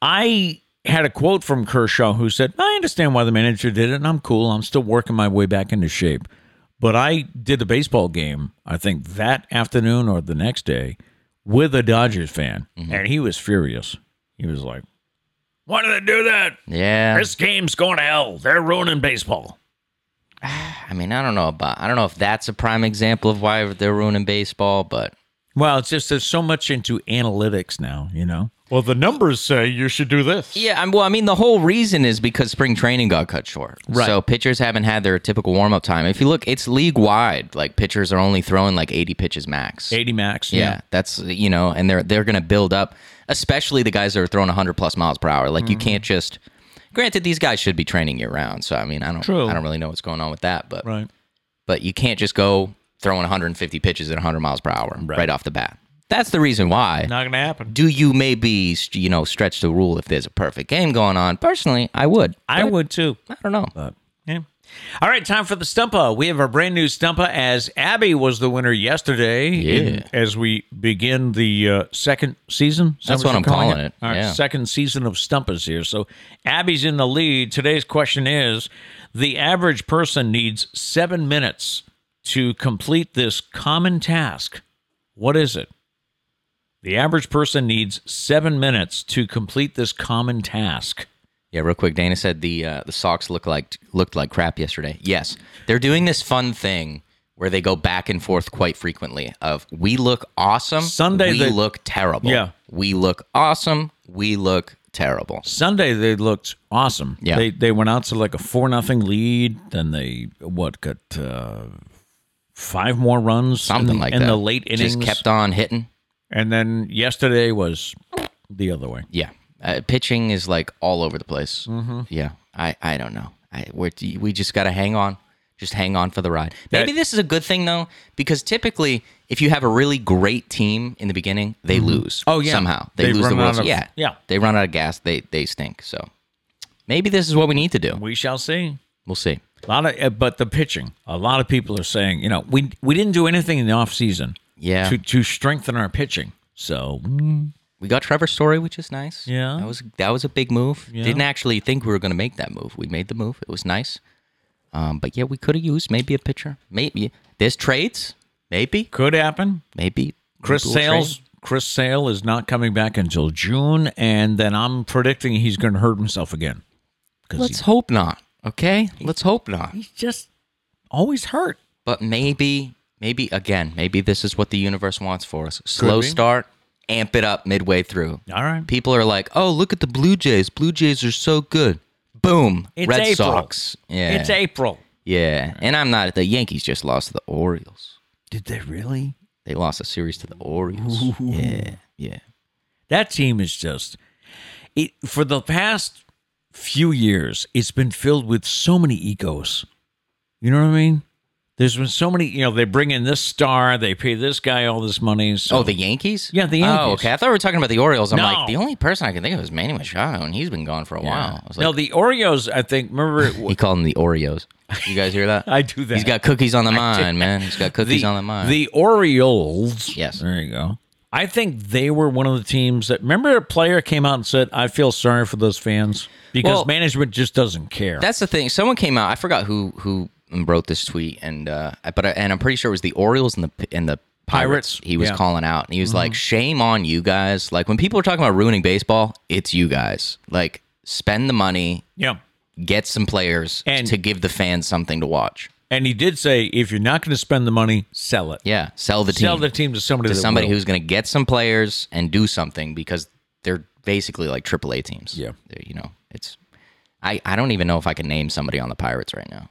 [SPEAKER 2] I had a quote from Kershaw who said, I understand why the manager did it, and I'm cool. I'm still working my way back into shape. But I did the baseball game, I think that afternoon or the next day, with a Dodgers fan. And he was furious. He was like, Why did they do that?
[SPEAKER 1] Yeah.
[SPEAKER 2] This game's going to hell. They're ruining baseball.
[SPEAKER 1] I mean, I don't know about I don't know if that's a prime example of why they're ruining baseball, but
[SPEAKER 2] Well, it's just there's so much into analytics now, you know. Well, the numbers say you should do this.
[SPEAKER 1] yeah, I'm, well, I mean, the whole reason is because spring training got cut short.
[SPEAKER 2] Right.
[SPEAKER 1] So pitchers haven't had their typical warm up time. If you look, it's league wide. Like pitchers are only throwing like 80 pitches max.
[SPEAKER 2] 80 max.
[SPEAKER 1] Yeah, that's you know, and they're they're going to build up, especially the guys that are throwing 100 plus miles per hour. Like you
[SPEAKER 2] Mm-hmm.
[SPEAKER 1] can't just. Granted, these guys should be training year round, so I mean, I don't,
[SPEAKER 2] True.
[SPEAKER 1] I don't really know what's going on with that, but
[SPEAKER 2] Right.
[SPEAKER 1] but you can't just go throwing 150 pitches at 100 miles per hour right, off the bat. That's the reason why.
[SPEAKER 2] Not going to happen.
[SPEAKER 1] Do you maybe st- you know stretch the rule if there's a perfect game going on? Personally, I would.
[SPEAKER 2] I
[SPEAKER 1] But
[SPEAKER 2] would too.
[SPEAKER 1] I don't know.
[SPEAKER 2] Yeah. All right, time for the Stumpa. We have our brand new Stumpa as Abby was the winner yesterday. in- as we begin the uh, second season. Is that
[SPEAKER 1] That's what
[SPEAKER 2] you're
[SPEAKER 1] I'm calling it,
[SPEAKER 2] All right,
[SPEAKER 1] yeah.
[SPEAKER 2] second season of Stumpas here. So Abby's in the lead. Today's question is the average person needs seven minutes to complete this common task. What is it? The average person needs seven minutes to complete this common task.
[SPEAKER 1] Yeah, real quick. Dana said the uh, the socks look like looked like crap yesterday. Yes, they're doing this fun thing where they go back and forth quite frequently. Of we look awesome,
[SPEAKER 2] Sunday
[SPEAKER 1] we
[SPEAKER 2] they-
[SPEAKER 1] look terrible.
[SPEAKER 2] Yeah.
[SPEAKER 1] we look awesome, we look terrible.
[SPEAKER 2] Sunday they looked awesome.
[SPEAKER 1] Yeah.
[SPEAKER 2] They they went out to like a four nothing lead, then they what got uh, five more runs
[SPEAKER 1] Something
[SPEAKER 2] in, the-
[SPEAKER 1] like
[SPEAKER 2] in
[SPEAKER 1] that.
[SPEAKER 2] the late innings.
[SPEAKER 1] just kept on hitting.
[SPEAKER 2] and then yesterday was the other way.
[SPEAKER 1] Yeah, uh, pitching is like all over the place. Mm-hmm. Yeah, I, I don't know. I we're, we just got to hang on, just hang on for the ride. Maybe
[SPEAKER 2] That-
[SPEAKER 1] this is a good thing though, because typically if you have a really great team in the beginning, they lose.
[SPEAKER 2] Oh, yeah.
[SPEAKER 1] somehow they,
[SPEAKER 2] They
[SPEAKER 1] lose the
[SPEAKER 2] run
[SPEAKER 1] World.
[SPEAKER 2] out
[SPEAKER 1] Series.
[SPEAKER 2] of-
[SPEAKER 1] yeah,
[SPEAKER 2] yeah.
[SPEAKER 1] they run out of gas. They they stink. So maybe this is what we need to do.
[SPEAKER 2] We shall see.
[SPEAKER 1] We'll see.
[SPEAKER 2] A lot of uh, but the pitching. A lot of people are saying, you know, we we didn't do anything in the off season.
[SPEAKER 1] Yeah.
[SPEAKER 2] To to strengthen our pitching. So
[SPEAKER 1] We got Trevor Story, which is nice.
[SPEAKER 2] Yeah.
[SPEAKER 1] that was that was a big move. Didn't actually think we were going to make that move. We made the move. It was nice. Um, but yeah, we could have used maybe a pitcher. Maybe there's trades. Maybe,
[SPEAKER 2] could happen.
[SPEAKER 1] maybe
[SPEAKER 2] Chris
[SPEAKER 1] maybe we'll trade.
[SPEAKER 2] Sales. Chris Sale is not coming back until June, and then I'm predicting he's going to hurt himself again. 'Cause
[SPEAKER 1] Let's hope not. Okay, let's hope not.
[SPEAKER 2] he's just always hurt.
[SPEAKER 1] But maybe, maybe again, maybe this is what the universe wants for us. Slow
[SPEAKER 2] be.
[SPEAKER 1] start, amp it up midway through.
[SPEAKER 2] All right.
[SPEAKER 1] People are like, "Oh, look at the Blue Jays. Blue Jays are so good." Boom.
[SPEAKER 2] It's
[SPEAKER 1] Red
[SPEAKER 2] April.
[SPEAKER 1] Sox. Yeah.
[SPEAKER 2] It's April.
[SPEAKER 1] Yeah, and I'm not. The Yankees just lost to the Orioles.
[SPEAKER 2] Did they really?
[SPEAKER 1] They lost a series to the Orioles. Yeah, yeah.
[SPEAKER 2] That team is just it for the past few years, it's been filled with so many egos. You know what I mean? There's been so many, you know, they bring in this star, they pay this guy all this money. So
[SPEAKER 1] Oh, the Yankees?
[SPEAKER 2] Yeah, the
[SPEAKER 1] Oh,
[SPEAKER 2] Yankees.
[SPEAKER 1] okay. I thought we were talking about the Orioles. I'm
[SPEAKER 2] No.
[SPEAKER 1] like, the only person I can think of is Manny Machado, and he's been gone for a while. I was like,
[SPEAKER 2] no, the Oreos, I think, remember it
[SPEAKER 1] he called them the Oreos. You guys hear that?
[SPEAKER 2] I do that.
[SPEAKER 1] He's got cookies on the mind, man. He's got cookies
[SPEAKER 2] the,
[SPEAKER 1] on the mind.
[SPEAKER 2] the Orioles.
[SPEAKER 1] Yes.
[SPEAKER 2] There you go. I think they were one of the teams that remember a player came out and said, I feel sorry for those fans because
[SPEAKER 1] Well-
[SPEAKER 2] management just doesn't care.
[SPEAKER 1] That's the thing. Someone came out. I forgot who who wrote this tweet, and uh, but I, and I'm pretty sure it was the Orioles and the and the Pirates.
[SPEAKER 2] Pirates,
[SPEAKER 1] he was
[SPEAKER 2] yeah. Mm-hmm.
[SPEAKER 1] calling out, and he was like, "Shame on you guys!" Like when people are talking about ruining baseball, it's you guys. Like spend the money,
[SPEAKER 2] yeah.
[SPEAKER 1] get some players
[SPEAKER 2] And-
[SPEAKER 1] to give the fans something to watch.
[SPEAKER 2] And he did say, if you're not going to spend the money, sell it.
[SPEAKER 1] Yeah, sell the team.
[SPEAKER 2] Sell the team to somebody
[SPEAKER 1] to
[SPEAKER 2] that
[SPEAKER 1] somebody
[SPEAKER 2] will.
[SPEAKER 1] who's going to get some players and do something because they're basically like AAA teams.
[SPEAKER 2] Yeah.
[SPEAKER 1] They're, you know, it's. I, I don't even know if I can name somebody on the Pirates right now.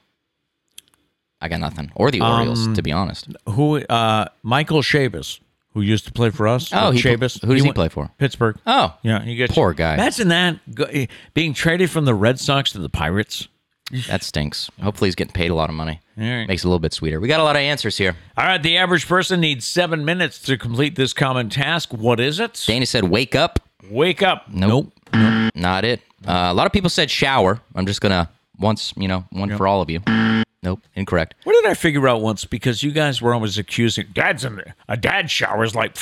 [SPEAKER 1] I got nothing. Or the
[SPEAKER 2] Um,
[SPEAKER 1] Orioles, to be honest.
[SPEAKER 2] who uh Michael Chavis, who used to play for us.
[SPEAKER 1] Oh, he pl-
[SPEAKER 2] Chavis.
[SPEAKER 1] who does he
[SPEAKER 2] went-
[SPEAKER 1] play for?
[SPEAKER 2] Pittsburgh.
[SPEAKER 1] Oh,
[SPEAKER 2] yeah, you get
[SPEAKER 1] poor guy.
[SPEAKER 2] Imagine that go- eh, being traded from the Red Sox to the Pirates.
[SPEAKER 1] That stinks. Hopefully he's getting paid a lot of money.
[SPEAKER 2] All right.
[SPEAKER 1] Makes it a little bit sweeter. We got a lot of answers here.
[SPEAKER 2] All right, the average person needs seven minutes to complete this common task. What is it?
[SPEAKER 1] Dana said, wake up.
[SPEAKER 2] Wake up.
[SPEAKER 1] Nope. Not it. Uh, a lot of people said shower. I'm just going to, once, you know, one for all of you. Nope. Incorrect.
[SPEAKER 2] What did I figure out once? Because you guys were always accusing dads in the, a dad shower is like,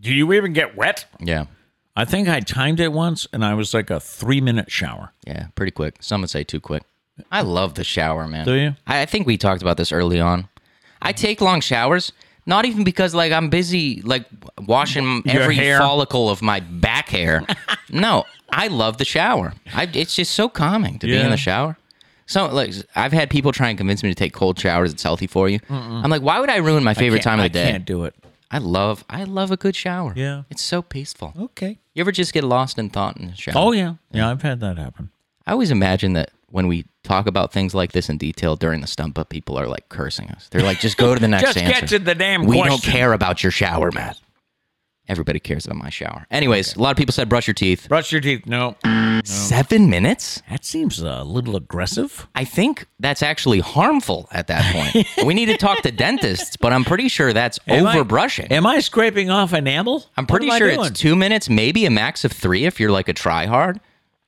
[SPEAKER 2] do you even get wet?
[SPEAKER 1] Yeah.
[SPEAKER 2] I think I timed it once, and I was like a three minute shower.
[SPEAKER 1] Yeah, pretty quick. Some would say too quick. I love the shower, man.
[SPEAKER 2] Do you?
[SPEAKER 1] I, I think we talked about this early on. I take long showers, not even because like I'm busy like washing
[SPEAKER 2] Your
[SPEAKER 1] every
[SPEAKER 2] hair.
[SPEAKER 1] follicle of my back hair. no, I love the shower. I, it's just so calming to be
[SPEAKER 2] Yeah.
[SPEAKER 1] in the shower. So like I've had people try and convince me to take cold showers. It's healthy for you. I'm like, why would I ruin my favorite time of the
[SPEAKER 2] I
[SPEAKER 1] day?
[SPEAKER 2] can't do it.
[SPEAKER 1] I love I love a good shower.
[SPEAKER 2] Yeah.
[SPEAKER 1] it's so peaceful.
[SPEAKER 2] Okay.
[SPEAKER 1] You ever just get lost in thought in the shower?
[SPEAKER 2] Oh yeah, yeah. I've had that happen.
[SPEAKER 1] I always imagine that when we talk about things like this in detail during the stump up, people are like cursing us. They're like, just go to the next
[SPEAKER 2] Just
[SPEAKER 1] answer.
[SPEAKER 2] get to the damn
[SPEAKER 1] we don't
[SPEAKER 2] question.
[SPEAKER 1] care about your shower, Matt. Everybody cares about my shower. Anyways, a lot of people said brush your teeth.
[SPEAKER 2] Brush your teeth. No,
[SPEAKER 1] Seven minutes?
[SPEAKER 2] that seems a little aggressive.
[SPEAKER 1] I think that's actually harmful at that point. we need to talk to dentists, but I'm pretty sure that's over brushing.
[SPEAKER 2] Am I scraping off enamel?
[SPEAKER 1] I'm pretty
[SPEAKER 2] What am
[SPEAKER 1] sure
[SPEAKER 2] I doing?
[SPEAKER 1] it's two minutes, maybe a max of three if you're like a try hard.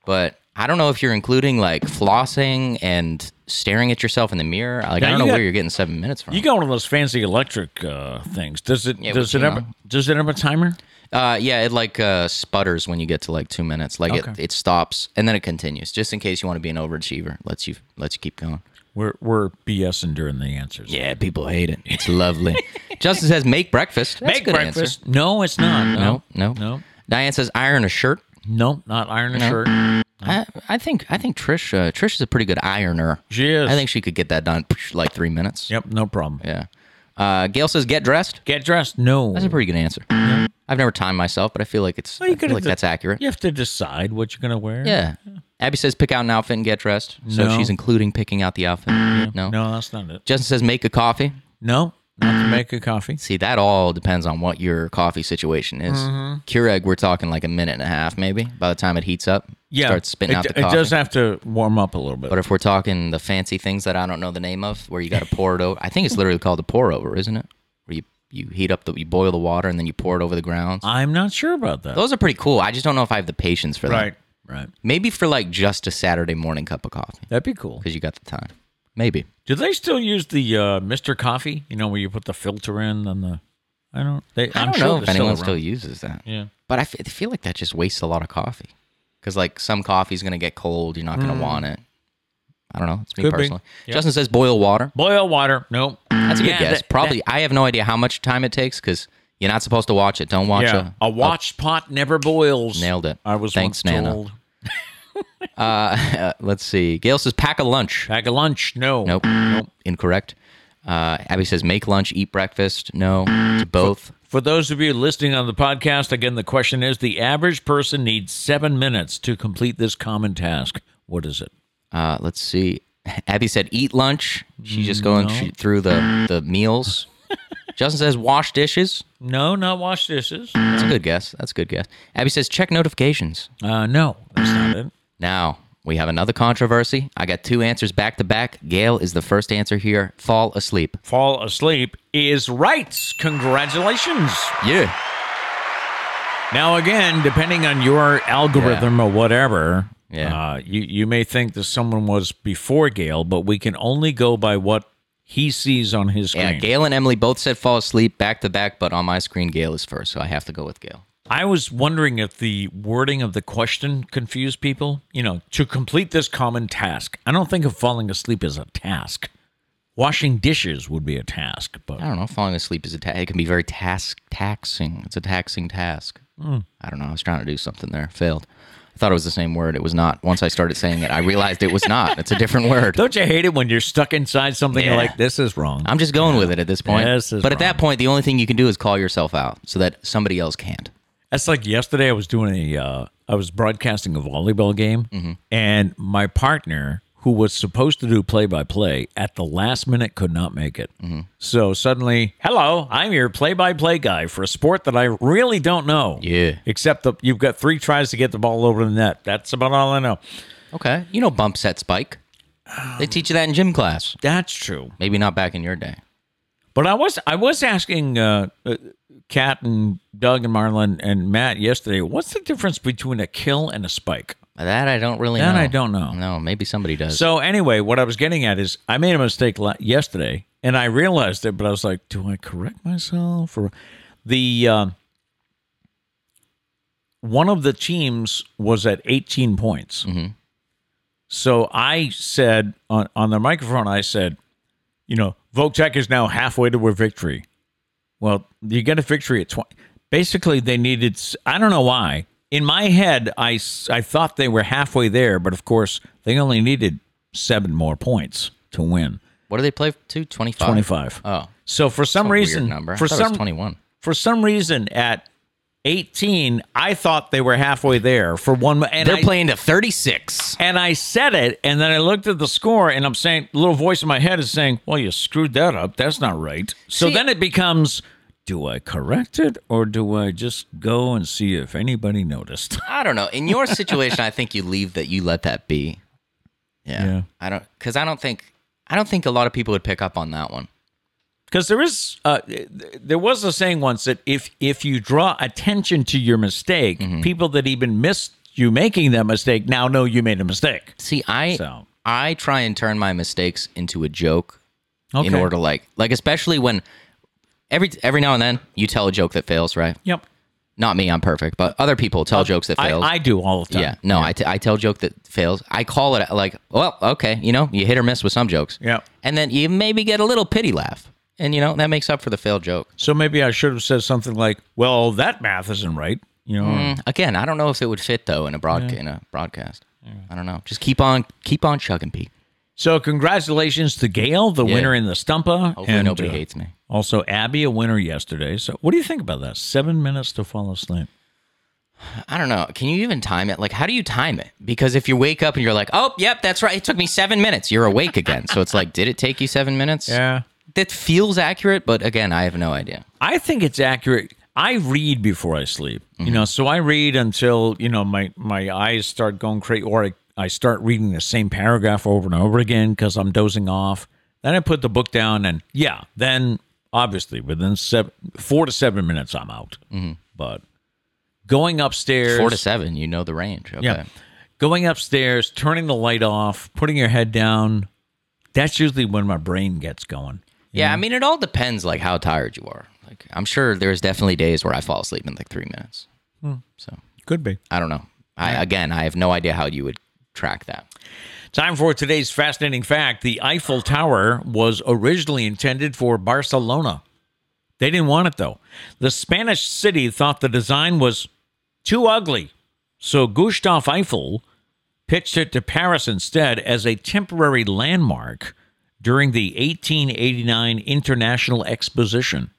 [SPEAKER 1] But I don't know if you're including like flossing and staring at yourself in the mirror. Like
[SPEAKER 2] Now,
[SPEAKER 1] I don't
[SPEAKER 2] you
[SPEAKER 1] know
[SPEAKER 2] got-
[SPEAKER 1] where you're getting seven minutes from.
[SPEAKER 2] You got one of those fancy electric uh, things. Does it?
[SPEAKER 1] Yeah,
[SPEAKER 2] does
[SPEAKER 1] but
[SPEAKER 2] it
[SPEAKER 1] you
[SPEAKER 2] ever?
[SPEAKER 1] know.
[SPEAKER 2] Does it have a timer?
[SPEAKER 1] uh, yeah, it like uh, sputters when you get to like two minutes. Like it,
[SPEAKER 2] Okay.
[SPEAKER 1] it stops and then it continues, just in case you want to be an overachiever. Lets you lets you keep going.
[SPEAKER 2] We're we're BSing during the answers.
[SPEAKER 1] Yeah, people hate it. It's lovely. Justin says make breakfast. That's a
[SPEAKER 2] Make
[SPEAKER 1] good answer.
[SPEAKER 2] breakfast. No, it's not.
[SPEAKER 1] No, no,
[SPEAKER 2] no,
[SPEAKER 1] Diane says iron a shirt.
[SPEAKER 2] no. Not iron a shirt.
[SPEAKER 1] I, I think I think Trish uh, Trish is a pretty good ironer.
[SPEAKER 2] She is.
[SPEAKER 1] I think she could get that done psh, like three minutes.
[SPEAKER 2] Yep. No problem.
[SPEAKER 1] Yeah. Uh, Gail says get dressed.
[SPEAKER 2] Get dressed. No.
[SPEAKER 1] That's a pretty good answer. I've never timed myself, but I feel like it's
[SPEAKER 2] Well, you
[SPEAKER 1] I feel
[SPEAKER 2] could've
[SPEAKER 1] like
[SPEAKER 2] d-
[SPEAKER 1] that's accurate.
[SPEAKER 2] You have to decide what you're gonna wear.
[SPEAKER 1] Yeah. Abby says pick out an outfit and get dressed. So
[SPEAKER 2] No.
[SPEAKER 1] she's including picking out the outfit. No.
[SPEAKER 2] No, that's not it.
[SPEAKER 1] Justin says make a coffee.
[SPEAKER 2] No, not to make a coffee.
[SPEAKER 1] See, that all depends on what your coffee situation is. Keurig, we're talking like a minute and a half maybe by the time it heats up. Starts spitting
[SPEAKER 2] it,
[SPEAKER 1] out the
[SPEAKER 2] it
[SPEAKER 1] coffee.
[SPEAKER 2] does have to warm up a little bit.
[SPEAKER 1] But if we're talking the fancy things that I don't know the name of, where you got to pour it over, I think it's literally called a pour over, isn't it? Where you, you heat up the, you boil the water and then you pour it over the grounds.
[SPEAKER 2] I'm not sure about that.
[SPEAKER 1] Those are pretty cool. I just don't know if I have the patience for that.
[SPEAKER 2] right, right.
[SPEAKER 1] Maybe for like just a Saturday morning cup of coffee
[SPEAKER 2] That'd be cool.
[SPEAKER 1] because you got the time. Maybe.
[SPEAKER 2] Do they still use the uh, Mr. Coffee? You know, where you put the filter in and the. I don't. They,
[SPEAKER 1] I
[SPEAKER 2] I'm
[SPEAKER 1] don't
[SPEAKER 2] sure
[SPEAKER 1] know
[SPEAKER 2] they're
[SPEAKER 1] if anyone still
[SPEAKER 2] around.
[SPEAKER 1] uses that.
[SPEAKER 2] Yeah.
[SPEAKER 1] But I fe- I feel like that just wastes a lot of coffee because like some coffee's going to get cold. You're not going to want it. I don't know. It's me
[SPEAKER 2] Mm. Could be.
[SPEAKER 1] personally.
[SPEAKER 2] Yep.
[SPEAKER 1] Justin says boil water.
[SPEAKER 2] Boil water. Nope.
[SPEAKER 1] That's a good
[SPEAKER 2] Yeah,
[SPEAKER 1] guess.
[SPEAKER 2] that-
[SPEAKER 1] Probably. I have no idea how much time it takes because you're not supposed to watch it. Don't watch
[SPEAKER 2] Yeah.
[SPEAKER 1] a,
[SPEAKER 2] A watch pot never boils.
[SPEAKER 1] Nailed it.
[SPEAKER 2] I was
[SPEAKER 1] Thanks,
[SPEAKER 2] once
[SPEAKER 1] Nana.
[SPEAKER 2] told.
[SPEAKER 1] Uh, let's see. Gail says pack a lunch.
[SPEAKER 2] Pack a lunch. No.
[SPEAKER 1] Nope. Nope. Incorrect. Uh, Abby says make lunch, eat breakfast. No. To both.
[SPEAKER 2] For those of you listening on the podcast, again, the question is: the average person needs seven minutes to complete this common task. What is it?
[SPEAKER 1] Uh, let's see. Abby said eat lunch. She's just going sh- through the the meals. Justin says wash dishes.
[SPEAKER 2] No, not wash dishes.
[SPEAKER 1] That's a good guess. That's a good guess. Abby says check notifications.
[SPEAKER 2] Uh, no, that's not it.
[SPEAKER 1] Now we have another controversy. I got two answers back to back. Gail is the first answer here. Fall asleep.
[SPEAKER 2] Fall asleep is right. Congratulations.
[SPEAKER 1] Yeah.
[SPEAKER 2] Now, again, depending on your algorithm or whatever,
[SPEAKER 1] Yeah.
[SPEAKER 2] uh, you, you may think that someone was before Gail, but we can only go by what he sees on his
[SPEAKER 1] Yeah.
[SPEAKER 2] screen.
[SPEAKER 1] Gail and Emily both said fall asleep back to back, but on my screen, Gail is first, so I have to go with Gail.
[SPEAKER 2] I was wondering if the wording of the question confused people. You know, to complete this common task, I don't think of falling asleep as a task. Washing dishes would be a task, but
[SPEAKER 1] I don't know. Falling asleep is a ta- it can be very task taxing. It's a taxing task.
[SPEAKER 2] Hmm.
[SPEAKER 1] I don't know. I was trying to do something there, failed. I thought it was the same word. It was not. Once I started saying it, I realized it was not. It's a different word.
[SPEAKER 2] don't you hate it when you're stuck inside something? You're
[SPEAKER 1] Yeah.
[SPEAKER 2] like, this is wrong.
[SPEAKER 1] I'm just going with it at this point.
[SPEAKER 2] This is
[SPEAKER 1] but at that
[SPEAKER 2] wrong.
[SPEAKER 1] point, the only thing you can do is call yourself out so that somebody else can't.
[SPEAKER 2] That's like yesterday. I was doing a, uh, I was broadcasting a volleyball game, and my partner, who was supposed to do play by play, at the last minute could not make it. So suddenly, hello, I'm your play by play guy for a sport that I really don't know.
[SPEAKER 1] Yeah.
[SPEAKER 2] Except that you've got three tries to get the ball over the net. That's about all I know.
[SPEAKER 1] Okay. You know bump set spike. They teach you that in gym class.
[SPEAKER 2] That's true.
[SPEAKER 1] Maybe not back in your day.
[SPEAKER 2] But I was I was asking uh, uh, Kat and Doug and Marlon and Matt yesterday, what's the difference between a kill and a spike?
[SPEAKER 1] That I don't really
[SPEAKER 2] That
[SPEAKER 1] know.
[SPEAKER 2] I don't know.
[SPEAKER 1] No, maybe somebody does.
[SPEAKER 2] So anyway, what I was getting at is I made a mistake la- yesterday, and I realized it, but I was like, "Do I correct myself?" Or the um one of the teams was at 18 points, so I said on on the microphone, I said, "You know, Votek is now halfway to a victory." Well, you get a victory at 20. Basically, they needed, s- I don't know why. In my head, I, s- I thought they were halfway there, but of course, they only needed seven more points to win
[SPEAKER 1] what do they play to? 25?
[SPEAKER 2] 25.
[SPEAKER 1] Oh.
[SPEAKER 2] so for some
[SPEAKER 1] Some weird
[SPEAKER 2] reason,
[SPEAKER 1] number. I
[SPEAKER 2] for
[SPEAKER 1] thought it was
[SPEAKER 2] some
[SPEAKER 1] 21.
[SPEAKER 2] for some reason at 18, I thought they were halfway there for one and
[SPEAKER 1] They're
[SPEAKER 2] I,
[SPEAKER 1] playing to 36.
[SPEAKER 2] and I said it and then I looked at the score and I'm saying little voice in my head is saying, "Well, you screwed that up. That's not right." So
[SPEAKER 1] See-
[SPEAKER 2] then it becomes do I correct it or do I just go and see if anybody noticed?
[SPEAKER 1] I don't know. In your situation, I think you leave that you let that be. Yeah.
[SPEAKER 2] Yeah.
[SPEAKER 1] I don't because I don't think I don't think a lot of people would pick up on that one.
[SPEAKER 2] Because there is, uh, th- there was a saying once that if if you draw attention to your mistake,
[SPEAKER 1] Mm-hmm.
[SPEAKER 2] people that even missed you making that mistake now know you made a mistake.
[SPEAKER 1] See, I
[SPEAKER 2] So.
[SPEAKER 1] I try and turn my mistakes into a joke
[SPEAKER 2] Okay.
[SPEAKER 1] in order to like like especially when every every now and then you tell a joke that fails, right?
[SPEAKER 2] Yep.
[SPEAKER 1] Not me, I'm perfect, but other people tell jokes that
[SPEAKER 2] Uh, I,
[SPEAKER 1] fail.
[SPEAKER 2] I do all the time.
[SPEAKER 1] yeah, no, I, t- I tell joke that fails. I call it like, well, okay, you know, you hit or miss with some jokes.
[SPEAKER 2] Yeah.
[SPEAKER 1] and then you maybe get a little pity laugh, and you know that makes up for the failed joke.
[SPEAKER 2] So maybe I should have said something like, "Well, that math isn't right." You know.
[SPEAKER 1] Again, I don't know if it would fit though in a broadca- in a broadcast. I don't know. Just keep on keep on chugging, Pete.
[SPEAKER 2] So congratulations to Gail, the
[SPEAKER 1] Yeah.
[SPEAKER 2] winner in the Stumpa. uh,
[SPEAKER 1] Hopefully nobody hates me.
[SPEAKER 2] Also, Abby, a winner yesterday. So what do you think about that? Seven minutes to fall asleep.
[SPEAKER 1] I don't know. Can you even time it? Like, how do you time it? Because if you wake up and you're like, oh, yep, that's right. It took me seven minutes. You're awake again. so it's like, did it take you seven minutes? That feels accurate, but again, I have no idea.
[SPEAKER 2] I think it's accurate. I read before I sleep,
[SPEAKER 1] Mm-hmm.
[SPEAKER 2] you know, so I read until you know my my eyes start going crazy, or I, I start reading the same paragraph over and over again because I'm dozing off. Then I put the book down, and yeah, then obviously within seven, four to seven minutes, I'm out. But going upstairs,
[SPEAKER 1] Mm-hmm. Four to seven, you know the range. Okay.
[SPEAKER 2] yeah, going upstairs, turning the light off, putting your head down. That's usually when my brain gets going.
[SPEAKER 1] Yeah, I mean, it all depends like how tired you are. Like, I'm sure there's definitely days where I fall asleep in like three minutes. So
[SPEAKER 2] Could be.
[SPEAKER 1] I don't know. I again, I have no idea how you would track that.
[SPEAKER 2] Time for today's fascinating fact. The Eiffel Tower was originally intended for Barcelona. They didn't want it though. The Spanish city thought the design was too ugly. So Gustave Eiffel pitched it to Paris instead as a temporary landmark during the 1889 International Exposition.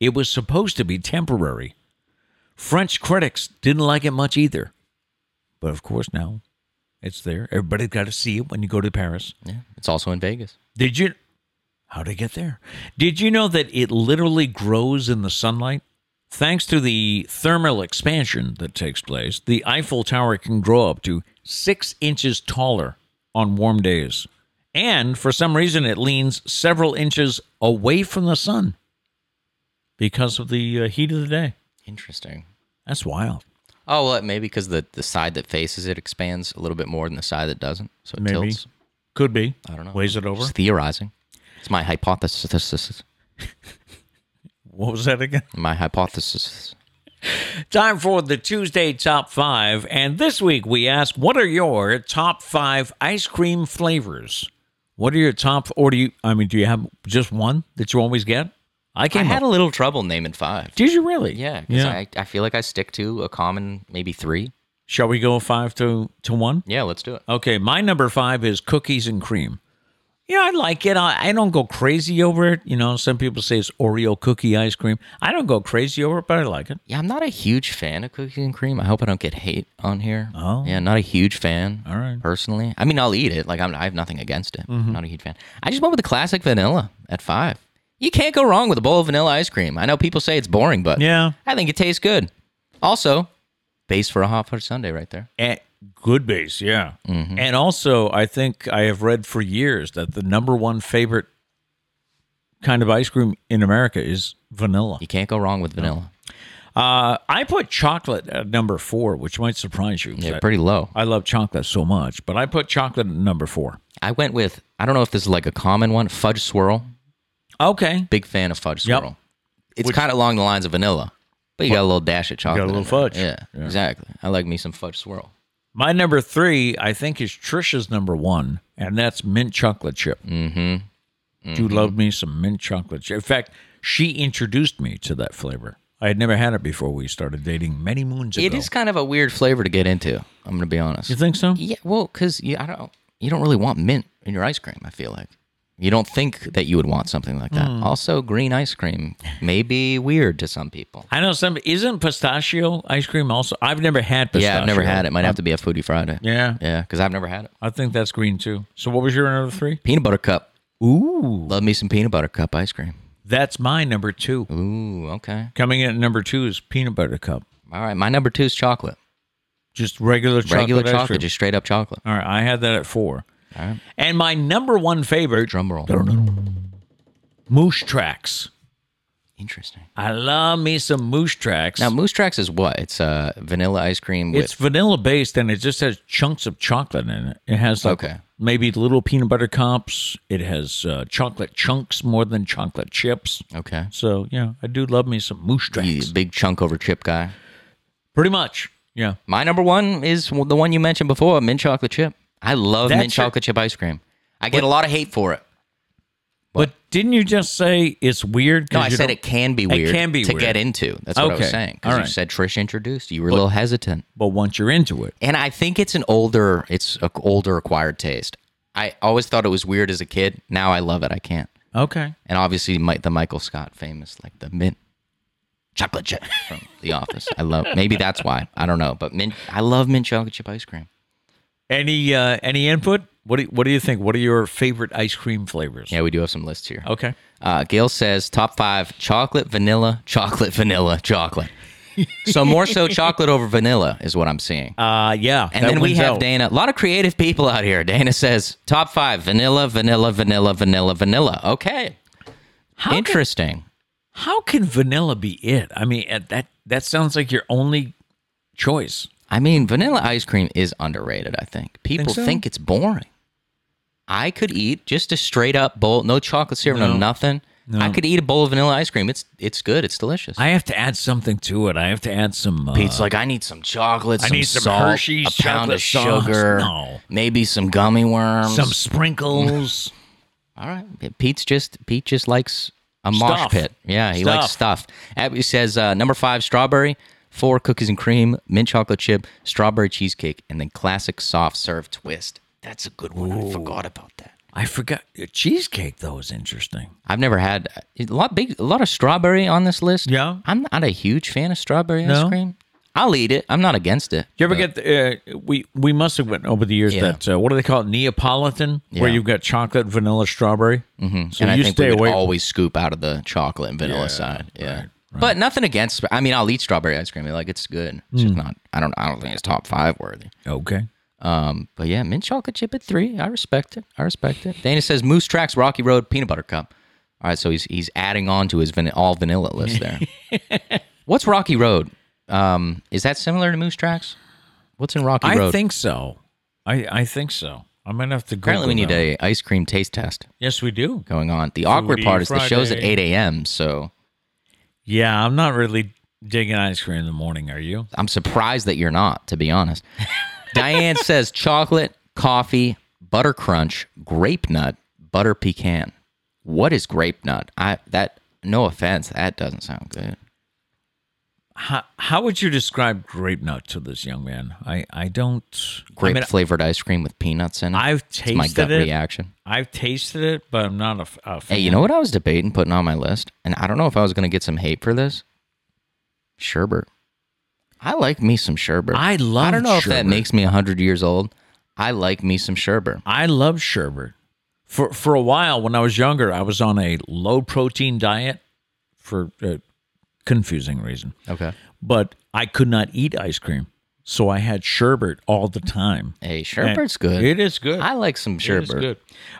[SPEAKER 2] It was supposed to be temporary. French critics didn't like it much either. But of course, now It's there. Everybody's got to see it when you go to Paris.
[SPEAKER 1] Yeah. It's also in Vegas.
[SPEAKER 2] Did you? How'd I get there? Did you know that it literally grows in the sunlight? Thanks to the thermal expansion that takes place, the Eiffel Tower can grow up to six inches taller on warm days. And for some reason, it leans several inches away from the sun because of the uh, heat of the day.
[SPEAKER 1] Interesting.
[SPEAKER 2] That's wild.
[SPEAKER 1] Oh well, maybe because the the side that faces it expands a little bit more than the side that doesn't, so it
[SPEAKER 2] Maybe.
[SPEAKER 1] tilts.
[SPEAKER 2] Could be.
[SPEAKER 1] I don't know.
[SPEAKER 2] Weighs it over.
[SPEAKER 1] Just theorizing. It's my hypothesis.
[SPEAKER 2] What was that again?
[SPEAKER 1] My hypothesis.
[SPEAKER 2] Time for the Tuesday Top 5. And this week we ask, what are your top 5 ice cream flavors? What are your top, or do you, I mean, do you have just one that you always get? I
[SPEAKER 1] I
[SPEAKER 2] came
[SPEAKER 1] had
[SPEAKER 2] up.
[SPEAKER 1] a little trouble naming five.
[SPEAKER 2] Did you really?
[SPEAKER 1] Yeah, because
[SPEAKER 2] yeah.
[SPEAKER 1] I, I feel like I stick to a common maybe three.
[SPEAKER 2] Shall we go 5 to, to 1?
[SPEAKER 1] Yeah, let's do it.
[SPEAKER 2] Okay, my number 5 is cookies and cream. Yeah, I like it. I, I don't go crazy over it. You know, some people say it's Oreo cookie ice cream. I don't go crazy over it, but I like it.
[SPEAKER 1] Yeah, I'm not a huge fan of cookies and cream. I hope I don't get hate on here.
[SPEAKER 2] Oh.
[SPEAKER 1] yeah, not a huge fan.
[SPEAKER 2] All right. Mm-hmm.
[SPEAKER 1] personally, I mean, I'll eat it. Like I'm, I have nothing against it. Not a huge fan. I just went with the classic vanilla at five. You can't go wrong with a bowl of vanilla ice cream. I know people say it's boring, but
[SPEAKER 2] Yeah.
[SPEAKER 1] I think it tastes good. Also, base for a hot fudge sundae right there.
[SPEAKER 2] And good base, yeah.
[SPEAKER 1] Mm-hmm.
[SPEAKER 2] And also, I think I have read for years that the number one favorite kind of ice cream in America is vanilla.
[SPEAKER 1] You can't go wrong with
[SPEAKER 2] Oh,
[SPEAKER 1] vanilla.
[SPEAKER 2] Uh, I put chocolate at number four, which might surprise you. 'cause
[SPEAKER 1] Yeah,
[SPEAKER 2] I-
[SPEAKER 1] pretty low.
[SPEAKER 2] I love chocolate so much, but I put chocolate at number four.
[SPEAKER 1] I went with I don't know if this is like a common one. Fudge swirl.
[SPEAKER 2] Okay.
[SPEAKER 1] Big fan of fudge
[SPEAKER 2] Yep.
[SPEAKER 1] swirl. It's kind of along the lines of vanilla, but you got a little dash of chocolate.
[SPEAKER 2] a little
[SPEAKER 1] in there.
[SPEAKER 2] fudge.
[SPEAKER 1] Yeah, exactly. I like me some fudge swirl.
[SPEAKER 2] My number three, I think, is Trisha's number one, and that's mint chocolate chip. Mm-hmm.
[SPEAKER 1] Mm-hmm.
[SPEAKER 2] Do love me some mint chocolate chip. In fact, she introduced me to that flavor. I had never had it before we started dating many moons ago.
[SPEAKER 1] It is kind of a weird flavor to get into. I'm gonna be honest.
[SPEAKER 2] You think so?
[SPEAKER 1] Yeah, well, because you, I don't, you don't really want mint in your ice cream. I feel like you don't think that you would want something like
[SPEAKER 2] Hmm.
[SPEAKER 1] that. Also, green ice cream may be weird to some people.
[SPEAKER 2] I know some. Isn't pistachio ice cream also? I've never had pistachio.
[SPEAKER 1] Yeah, I've never had it. Might have to be a foodie Friday.
[SPEAKER 2] Yeah.
[SPEAKER 1] yeah, because I've never had it.
[SPEAKER 2] I think that's green too. So what was your number three?
[SPEAKER 1] Peanut butter cup.
[SPEAKER 2] Ooh,
[SPEAKER 1] Love me some peanut butter cup ice cream.
[SPEAKER 2] that's my number two.
[SPEAKER 1] Ooh, okay.
[SPEAKER 2] Coming in at number two is peanut butter cup.
[SPEAKER 1] All right, my number two is chocolate.
[SPEAKER 2] Just regular chocolate.
[SPEAKER 1] Regular
[SPEAKER 2] ice
[SPEAKER 1] chocolate,
[SPEAKER 2] cream.
[SPEAKER 1] just straight up chocolate.
[SPEAKER 2] All right, I had that at four.
[SPEAKER 1] All right.
[SPEAKER 2] And my number one favorite,
[SPEAKER 1] Drum roll.
[SPEAKER 2] Moosh Tracks.
[SPEAKER 1] Interesting.
[SPEAKER 2] I love me some Moosh Tracks.
[SPEAKER 1] Now, Moose Tracks is what? It's uh, vanilla ice cream with
[SPEAKER 2] it's vanilla based and it just has chunks of chocolate in it. It has like
[SPEAKER 1] Okay.
[SPEAKER 2] maybe little peanut butter cups. It has uh, chocolate chunks more than chocolate chips.
[SPEAKER 1] okay,
[SPEAKER 2] So yeah, I do love me some Moosh Tracks.
[SPEAKER 1] You big chunk over chip guy.
[SPEAKER 2] Pretty much. Yeah.
[SPEAKER 1] My number one is the one you mentioned before, mint chocolate chip. I love mint
[SPEAKER 2] That's your-
[SPEAKER 1] chocolate chip ice cream. I get a lot of hate for it.
[SPEAKER 2] But didn't you just say it's weird? 'cause
[SPEAKER 1] No, I
[SPEAKER 2] you
[SPEAKER 1] said
[SPEAKER 2] don't-
[SPEAKER 1] it can be weird
[SPEAKER 2] can be
[SPEAKER 1] to
[SPEAKER 2] weird.
[SPEAKER 1] get into. That's what I was
[SPEAKER 2] Okay.
[SPEAKER 1] saying.
[SPEAKER 2] All
[SPEAKER 1] Because
[SPEAKER 2] right.
[SPEAKER 1] you said Trish introduced, you were a little hesitant.
[SPEAKER 2] But once you're into it,
[SPEAKER 1] and I think it's an older, it's an older acquired taste. I always thought it was weird as a kid. Now I love it. I can't.
[SPEAKER 2] okay.
[SPEAKER 1] And obviously, Mike, the Michael Scott, famous like the mint chocolate chip from The Office. I love. Maybe that's why. I don't know. But mint, I love mint chocolate chip ice cream.
[SPEAKER 2] Any uh, any input? What do you, what do you think? What are your favorite ice cream flavors?
[SPEAKER 1] Yeah, we do have some lists here.
[SPEAKER 2] Okay.
[SPEAKER 1] Uh, Gail says top five: chocolate, vanilla, chocolate, vanilla, chocolate. so more so chocolate over vanilla is what I'm seeing.
[SPEAKER 2] Uh yeah.
[SPEAKER 1] And
[SPEAKER 2] that
[SPEAKER 1] then we
[SPEAKER 2] wins
[SPEAKER 1] have
[SPEAKER 2] out.
[SPEAKER 1] Dana. A lot of creative people out here. Dana says top five: vanilla, vanilla, vanilla, vanilla, vanilla. Okay,
[SPEAKER 2] How can-
[SPEAKER 1] interesting.
[SPEAKER 2] How can vanilla be it? I mean, uh, that that sounds like your only choice.
[SPEAKER 1] I mean, vanilla ice cream is underrated. I think people think,
[SPEAKER 2] so?
[SPEAKER 1] it's boring. I could eat just a straight up bowl, no chocolate syrup, no,
[SPEAKER 2] No.
[SPEAKER 1] nothing. I could eat a bowl of vanilla ice cream. It's it's good. It's delicious.
[SPEAKER 2] I have to add something to it. I have to add some. Uh,
[SPEAKER 1] Pete's like, I need some chocolate,
[SPEAKER 2] I
[SPEAKER 1] some
[SPEAKER 2] need some
[SPEAKER 1] salt,
[SPEAKER 2] Hershey's
[SPEAKER 1] a pound
[SPEAKER 2] chocolate
[SPEAKER 1] of
[SPEAKER 2] sauce."
[SPEAKER 1] sugar,
[SPEAKER 2] No.
[SPEAKER 1] maybe some gummy worms.
[SPEAKER 2] some sprinkles.
[SPEAKER 1] All right, Pete's just Pete just likes a mosh
[SPEAKER 2] Stuff.
[SPEAKER 1] pit. Yeah, he likes stuff. Abby says uh, number five strawberry, four cookies and cream, mint chocolate chip, strawberry cheesecake, and then classic soft serve twist. That's a good one. I forgot about that.
[SPEAKER 2] I forgot uh, cheesecake though is interesting.
[SPEAKER 1] I've never had a lot big a lot of strawberry on this list.
[SPEAKER 2] Yeah.
[SPEAKER 1] I'm not a huge fan of strawberry ice
[SPEAKER 2] No?
[SPEAKER 1] cream. I'll eat it. I'm not against it.
[SPEAKER 2] You ever get the, uh, we we must have went over the years
[SPEAKER 1] Yeah.
[SPEAKER 2] that uh, what do they call it Neapolitan where
[SPEAKER 1] Yeah.
[SPEAKER 2] you've got chocolate, vanilla, strawberry. Mm-hmm. So
[SPEAKER 1] and
[SPEAKER 2] you
[SPEAKER 1] I think
[SPEAKER 2] stay
[SPEAKER 1] we would
[SPEAKER 2] away.
[SPEAKER 1] always scoop out of the chocolate and vanilla
[SPEAKER 2] Yeah,
[SPEAKER 1] side. Yeah. But nothing against. I mean, I'll eat strawberry ice cream. Like it's good. It's
[SPEAKER 2] Hmm.
[SPEAKER 1] just not. I don't. I don't think it's top five worthy.
[SPEAKER 2] okay.
[SPEAKER 1] Um. But yeah, mint chocolate chip at three. I respect it. I respect it. Dana says Moose Tracks Rocky Road Peanut Butter Cup. All right. So he's he's adding on to his van- all vanilla list there. What's Rocky Road? Um. Is that similar to Moose Tracks? What's in Rocky
[SPEAKER 2] I
[SPEAKER 1] Road?
[SPEAKER 2] think so. I I think so. I'm gonna have to.
[SPEAKER 1] Apparently, we need
[SPEAKER 2] Google that.
[SPEAKER 1] a ice cream taste test
[SPEAKER 2] Yes, we do.
[SPEAKER 1] going on. The awkward
[SPEAKER 2] Foodie
[SPEAKER 1] part is the show's at
[SPEAKER 2] Friday.
[SPEAKER 1] eight a.m. So
[SPEAKER 2] Yeah, I'm not really digging ice cream in the morning. Are you?
[SPEAKER 1] I'm surprised that you're not, to be honest. Diane says chocolate, coffee, butter crunch, grape nut, butter pecan. What is grape nut? I that no offense, that doesn't sound good.
[SPEAKER 2] How, how would you describe grape nut to this young man? I I don't.
[SPEAKER 1] Grape
[SPEAKER 2] I mean,
[SPEAKER 1] flavored ice cream with peanuts in it.
[SPEAKER 2] I've
[SPEAKER 1] It's my gut
[SPEAKER 2] tasted it.
[SPEAKER 1] reaction.
[SPEAKER 2] I've tasted it, but I'm not a, f- a fan.
[SPEAKER 1] Hey, you know what I was debating putting on my list, and I don't know if I was gonna get some hate for this. Sherbet. I like me some sherbet.
[SPEAKER 2] I love
[SPEAKER 1] I don't know if that
[SPEAKER 2] sherbet.
[SPEAKER 1] makes me hundred years old. I like me some sherbet.
[SPEAKER 2] I love sherbet. For for a while when I was younger, I was on a low protein diet for a confusing reason.
[SPEAKER 1] Okay.
[SPEAKER 2] But I could not eat ice cream. So I had sherbet all the time.
[SPEAKER 1] Hey,
[SPEAKER 2] And
[SPEAKER 1] sherbet's good.
[SPEAKER 2] It is good.
[SPEAKER 1] I like some
[SPEAKER 2] It is
[SPEAKER 1] sherbet.
[SPEAKER 2] good.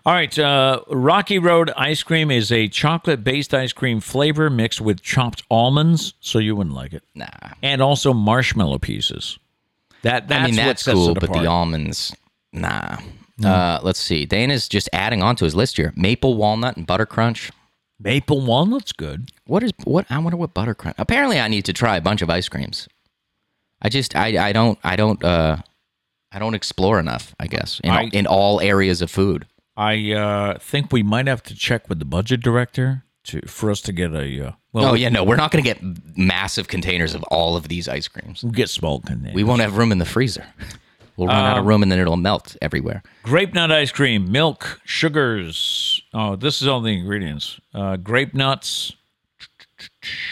[SPEAKER 2] All right. Uh, Rocky Road ice cream is a chocolate based ice cream flavor mixed with chopped almonds. So you wouldn't like it.
[SPEAKER 1] Nah.
[SPEAKER 2] And also marshmallow pieces. That, that's
[SPEAKER 1] I mean,
[SPEAKER 2] what
[SPEAKER 1] that's
[SPEAKER 2] sets
[SPEAKER 1] cool,
[SPEAKER 2] it
[SPEAKER 1] but
[SPEAKER 2] apart. Hmm.
[SPEAKER 1] the almonds, nah. Uh, let's see. Dana's just adding on to his list here maple, walnut, and butter crunch.
[SPEAKER 2] maple walnut's good.
[SPEAKER 1] What is what? I wonder what butter crunch. Apparently, I need to try a bunch of ice creams. I just, I, I don't, I don't, uh, I don't explore enough, I guess, in,
[SPEAKER 2] I-
[SPEAKER 1] in all areas of food.
[SPEAKER 2] I uh, think we might have to check with the budget director to for us to get a uh, well,
[SPEAKER 1] Oh, yeah, no, we're not going to get massive containers of all of these ice creams.
[SPEAKER 2] we'll get small containers.
[SPEAKER 1] We won't have room in the freezer. We'll run
[SPEAKER 2] Um,
[SPEAKER 1] out of room and then it'll melt everywhere.
[SPEAKER 2] grape nut ice cream, milk, sugars. Oh, this is all the ingredients: uh, grape nuts,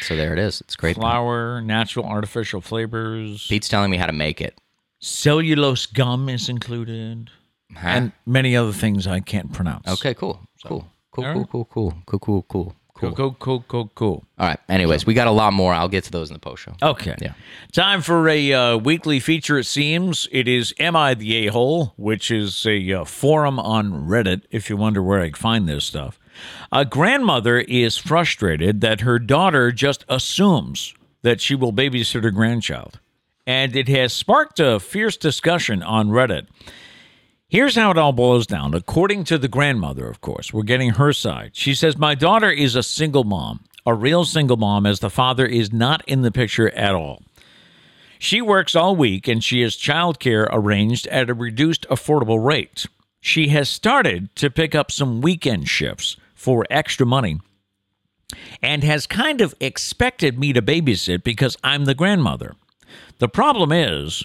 [SPEAKER 1] So there it is. It's great.
[SPEAKER 2] flour, natural artificial flavors,
[SPEAKER 1] Pete's telling me how to make it.
[SPEAKER 2] cellulose gum is included,
[SPEAKER 1] Huh?
[SPEAKER 2] and many other things I can't pronounce.
[SPEAKER 1] Ah. Okay, cool. Cool. Cool, cool,
[SPEAKER 2] All right.
[SPEAKER 1] cool, cool, cool, cool, cool, cool.
[SPEAKER 2] cool, cool, cool, cool, cool.
[SPEAKER 1] All right. Anyways, we got a lot more. I'll get to those in the post show.
[SPEAKER 2] Okay.
[SPEAKER 1] Yeah.
[SPEAKER 2] Time for a uh, weekly feature, it seems. It is Am I the A Hole, which is a uh, forum on Reddit, if you wonder where I find this stuff. A grandmother is frustrated that her daughter just assumes that she will babysit her grandchild. And it has sparked a fierce discussion on Reddit. Here's how it all boils down. According to the grandmother, of course, we're getting her side. She says, My daughter is a single mom, a real single mom, as the father is not in the picture at all. She works all week and she has childcare arranged at a reduced affordable rate. She has started to pick up some weekend shifts for extra money and has kind of expected me to babysit because I'm the grandmother. The problem is,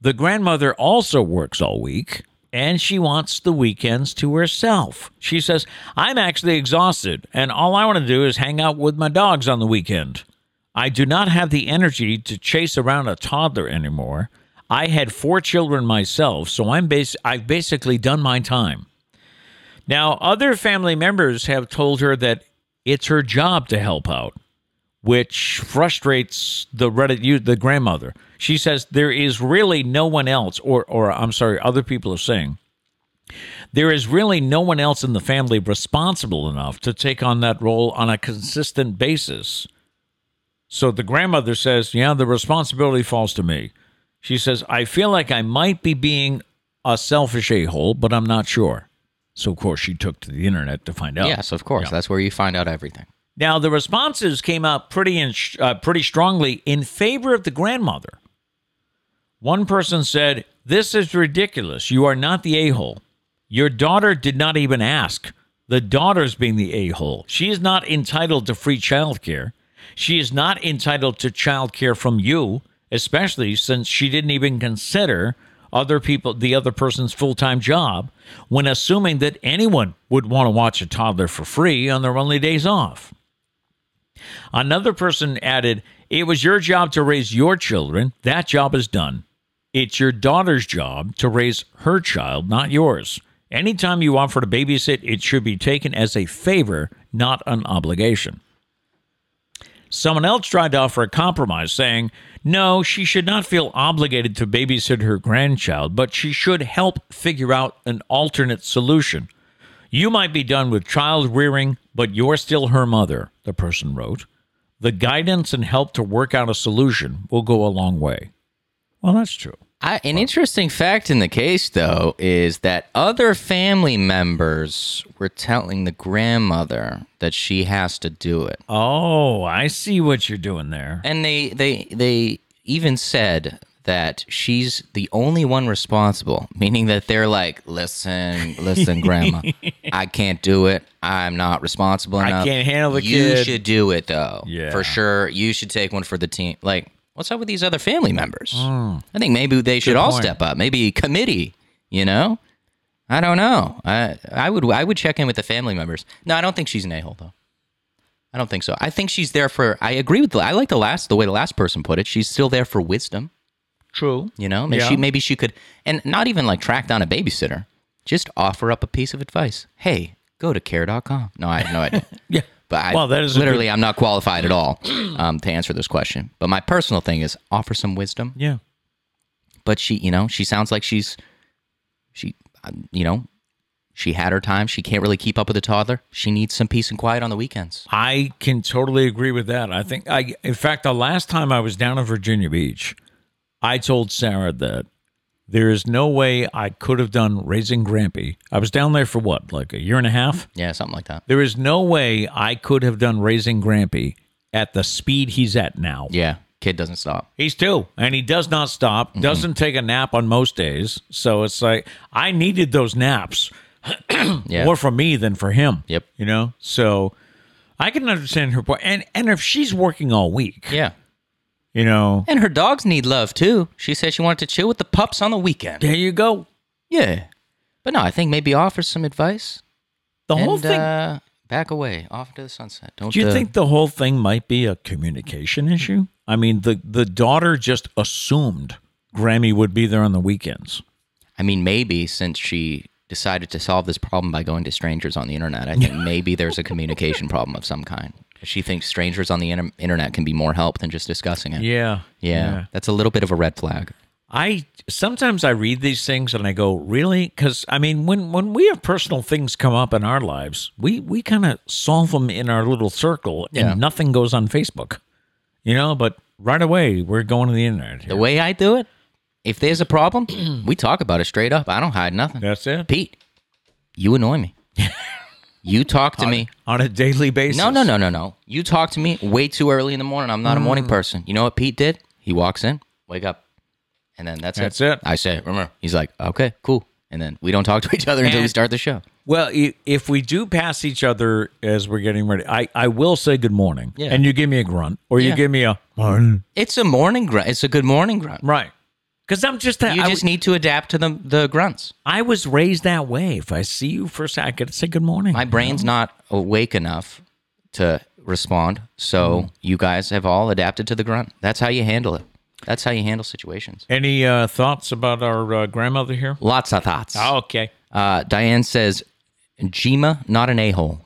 [SPEAKER 2] the grandmother also works all week and she wants the weekends to herself. She says, I'm actually exhausted and all I want to do is hang out with my dogs on the weekend. I do not have the energy to chase around a toddler anymore. I had four children myself, so I'm bas- I've basically done my time. Now, other family members have told her that it's her job to help out which frustrates the Reddit u- the grandmother. She says there is really no one else, or or I'm sorry, other people are saying there is really no one else in the family responsible enough to take on that role on a consistent basis. So the grandmother says, "Yeah, the responsibility falls to me." She says, "I feel like I might be being a selfish a hole, but I'm not sure." So of course she took to the internet to find out.
[SPEAKER 1] Yes, of course. That's where you find out everything.
[SPEAKER 2] Now, the responses came out pretty in, uh, pretty strongly in favor of the grandmother. One person said, "This is ridiculous. You are not the a-hole. Your daughter did not even ask. The daughter's being the a-hole. She is not entitled to free childcare. She is not entitled to childcare from you, especially since she didn't even consider other people the other person's full-time job when assuming that anyone would want to watch a toddler for free on their only days off." Another person added, It was your job to raise your children. That job is done. It's your daughter's job to raise her child, not yours. Anytime you offer to babysit, it should be taken as a favor, not an obligation. Someone else tried to offer a compromise, saying, no, she should not feel obligated to babysit her grandchild, but she should help figure out an alternate solution. You might be done with child rearing, but you're still her mother, the person wrote. The guidance and help to work out a solution will go a long way. Well, that's true.
[SPEAKER 1] I, an interesting fact in the case, though, is that other family members were telling the grandmother that she has to do it,
[SPEAKER 2] Oh, I see what you're doing there.
[SPEAKER 1] and they they they even said that she's the only one responsible, meaning that they're like, "Listen, listen, grandma, I can't do it. I'm not responsible
[SPEAKER 2] I
[SPEAKER 1] enough.
[SPEAKER 2] can't handle the
[SPEAKER 1] you
[SPEAKER 2] kid."
[SPEAKER 1] should do it though,
[SPEAKER 2] Yeah.
[SPEAKER 1] for sure. You should take one for the team. Like, what's up with these other family members?
[SPEAKER 2] Hmm.
[SPEAKER 1] I think maybe they should all
[SPEAKER 2] point.
[SPEAKER 1] step up. Maybe committee. You know, I don't know. I I would I would check in with the family members. No, I don't think she's an a hole though. I don't think so. I think she's there for. I agree with. The, I like the last the way the last person put it. She's still there for wisdom.
[SPEAKER 2] True.
[SPEAKER 1] You know, maybe
[SPEAKER 2] Yeah.
[SPEAKER 1] she maybe she could, and not even like track down a babysitter. Just offer up a piece of advice. Hey, go to care.com. No, I have no idea.
[SPEAKER 2] Yeah.
[SPEAKER 1] But I,
[SPEAKER 2] Well, that is a
[SPEAKER 1] literally, I'm not qualified at all um, to answer this question. But my personal thing is offer some wisdom.
[SPEAKER 2] Yeah.
[SPEAKER 1] But she, you know, she sounds like she's, she, um, you know, she had her time. She can't really keep up with the toddler. She needs some peace and quiet on the weekends.
[SPEAKER 2] I can totally agree with that. I think I in fact the last time I was down in Virginia Beach, I told Sarah that there is no way I could have done raising Grampy. I was down there for what, like a year and a half?
[SPEAKER 1] Yeah, something like that.
[SPEAKER 2] There is no way I could have done raising Grampy at the speed he's at now.
[SPEAKER 1] Yeah, kid doesn't stop.
[SPEAKER 2] He's two, and he does not stop,
[SPEAKER 1] Mm-hmm.
[SPEAKER 2] doesn't take a nap on most days. So it's like I needed those naps
[SPEAKER 1] Yeah.
[SPEAKER 2] more for me than for him.
[SPEAKER 1] Yep.
[SPEAKER 2] You know? So I can understand her point. And and if she's working all week,
[SPEAKER 1] yeah.
[SPEAKER 2] you know,
[SPEAKER 1] And her dogs need love too. She said she wanted to chill with the pups on the weekend.
[SPEAKER 2] there you go.
[SPEAKER 1] Yeah. But no, I think maybe offer some advice
[SPEAKER 2] The whole
[SPEAKER 1] and
[SPEAKER 2] thing
[SPEAKER 1] uh, back away, off into the sunset. Don't
[SPEAKER 2] Do you
[SPEAKER 1] uh,
[SPEAKER 2] think the whole thing might be a communication issue? I mean, the the daughter just assumed Grammy would be there on the weekends.
[SPEAKER 1] I mean, maybe since she decided to solve this problem by going to strangers on the internet, I think maybe there's a communication problem of some kind. She thinks strangers on the inter- internet can be more help than just discussing it.
[SPEAKER 2] Yeah.
[SPEAKER 1] Yeah, that's a little bit of a red flag.
[SPEAKER 2] I sometimes I read these things and I go, really? Because I mean, when when we have personal things come up in our lives, we we kind of solve them in our little circle, and
[SPEAKER 1] Yeah.
[SPEAKER 2] nothing goes on Facebook, you know. But right away, we're going to the internet.
[SPEAKER 1] The
[SPEAKER 2] here.
[SPEAKER 1] way I do it, if there's a problem, we talk about it straight up. I don't hide nothing.
[SPEAKER 2] That's it
[SPEAKER 1] Pete, you annoy me. you talk to me.
[SPEAKER 2] on a daily basis.
[SPEAKER 1] No, no, no, no, no. You talk to me way too early in the morning. I'm not a morning person. You know what Pete did? He walks in, wake up, and then that's,
[SPEAKER 2] That's
[SPEAKER 1] it.
[SPEAKER 2] it.
[SPEAKER 1] I say, remember. He's like, okay, cool. And then we don't talk to each other until we
[SPEAKER 2] And-
[SPEAKER 1] start the show.
[SPEAKER 2] Well, i- if we do pass each other as we're getting ready, I I will say good morning,
[SPEAKER 1] Yeah.
[SPEAKER 2] and you give me a grunt, or you
[SPEAKER 1] Yeah.
[SPEAKER 2] give me a morning,
[SPEAKER 1] It's a morning grunt. It's a good morning grunt.
[SPEAKER 2] right? Because I'm just that.
[SPEAKER 1] You
[SPEAKER 2] I,
[SPEAKER 1] just need to adapt to the, the grunts.
[SPEAKER 2] I was raised that way. If I see you for a second, say good morning.
[SPEAKER 1] My brain's not awake enough to respond. So you guys have all adapted to the grunt. That's how you handle it. That's how you handle situations.
[SPEAKER 2] Any uh, thoughts about our uh, grandmother here?
[SPEAKER 1] Lots of thoughts.
[SPEAKER 2] okay.
[SPEAKER 1] Uh, Diane says, Jima, not an a hole.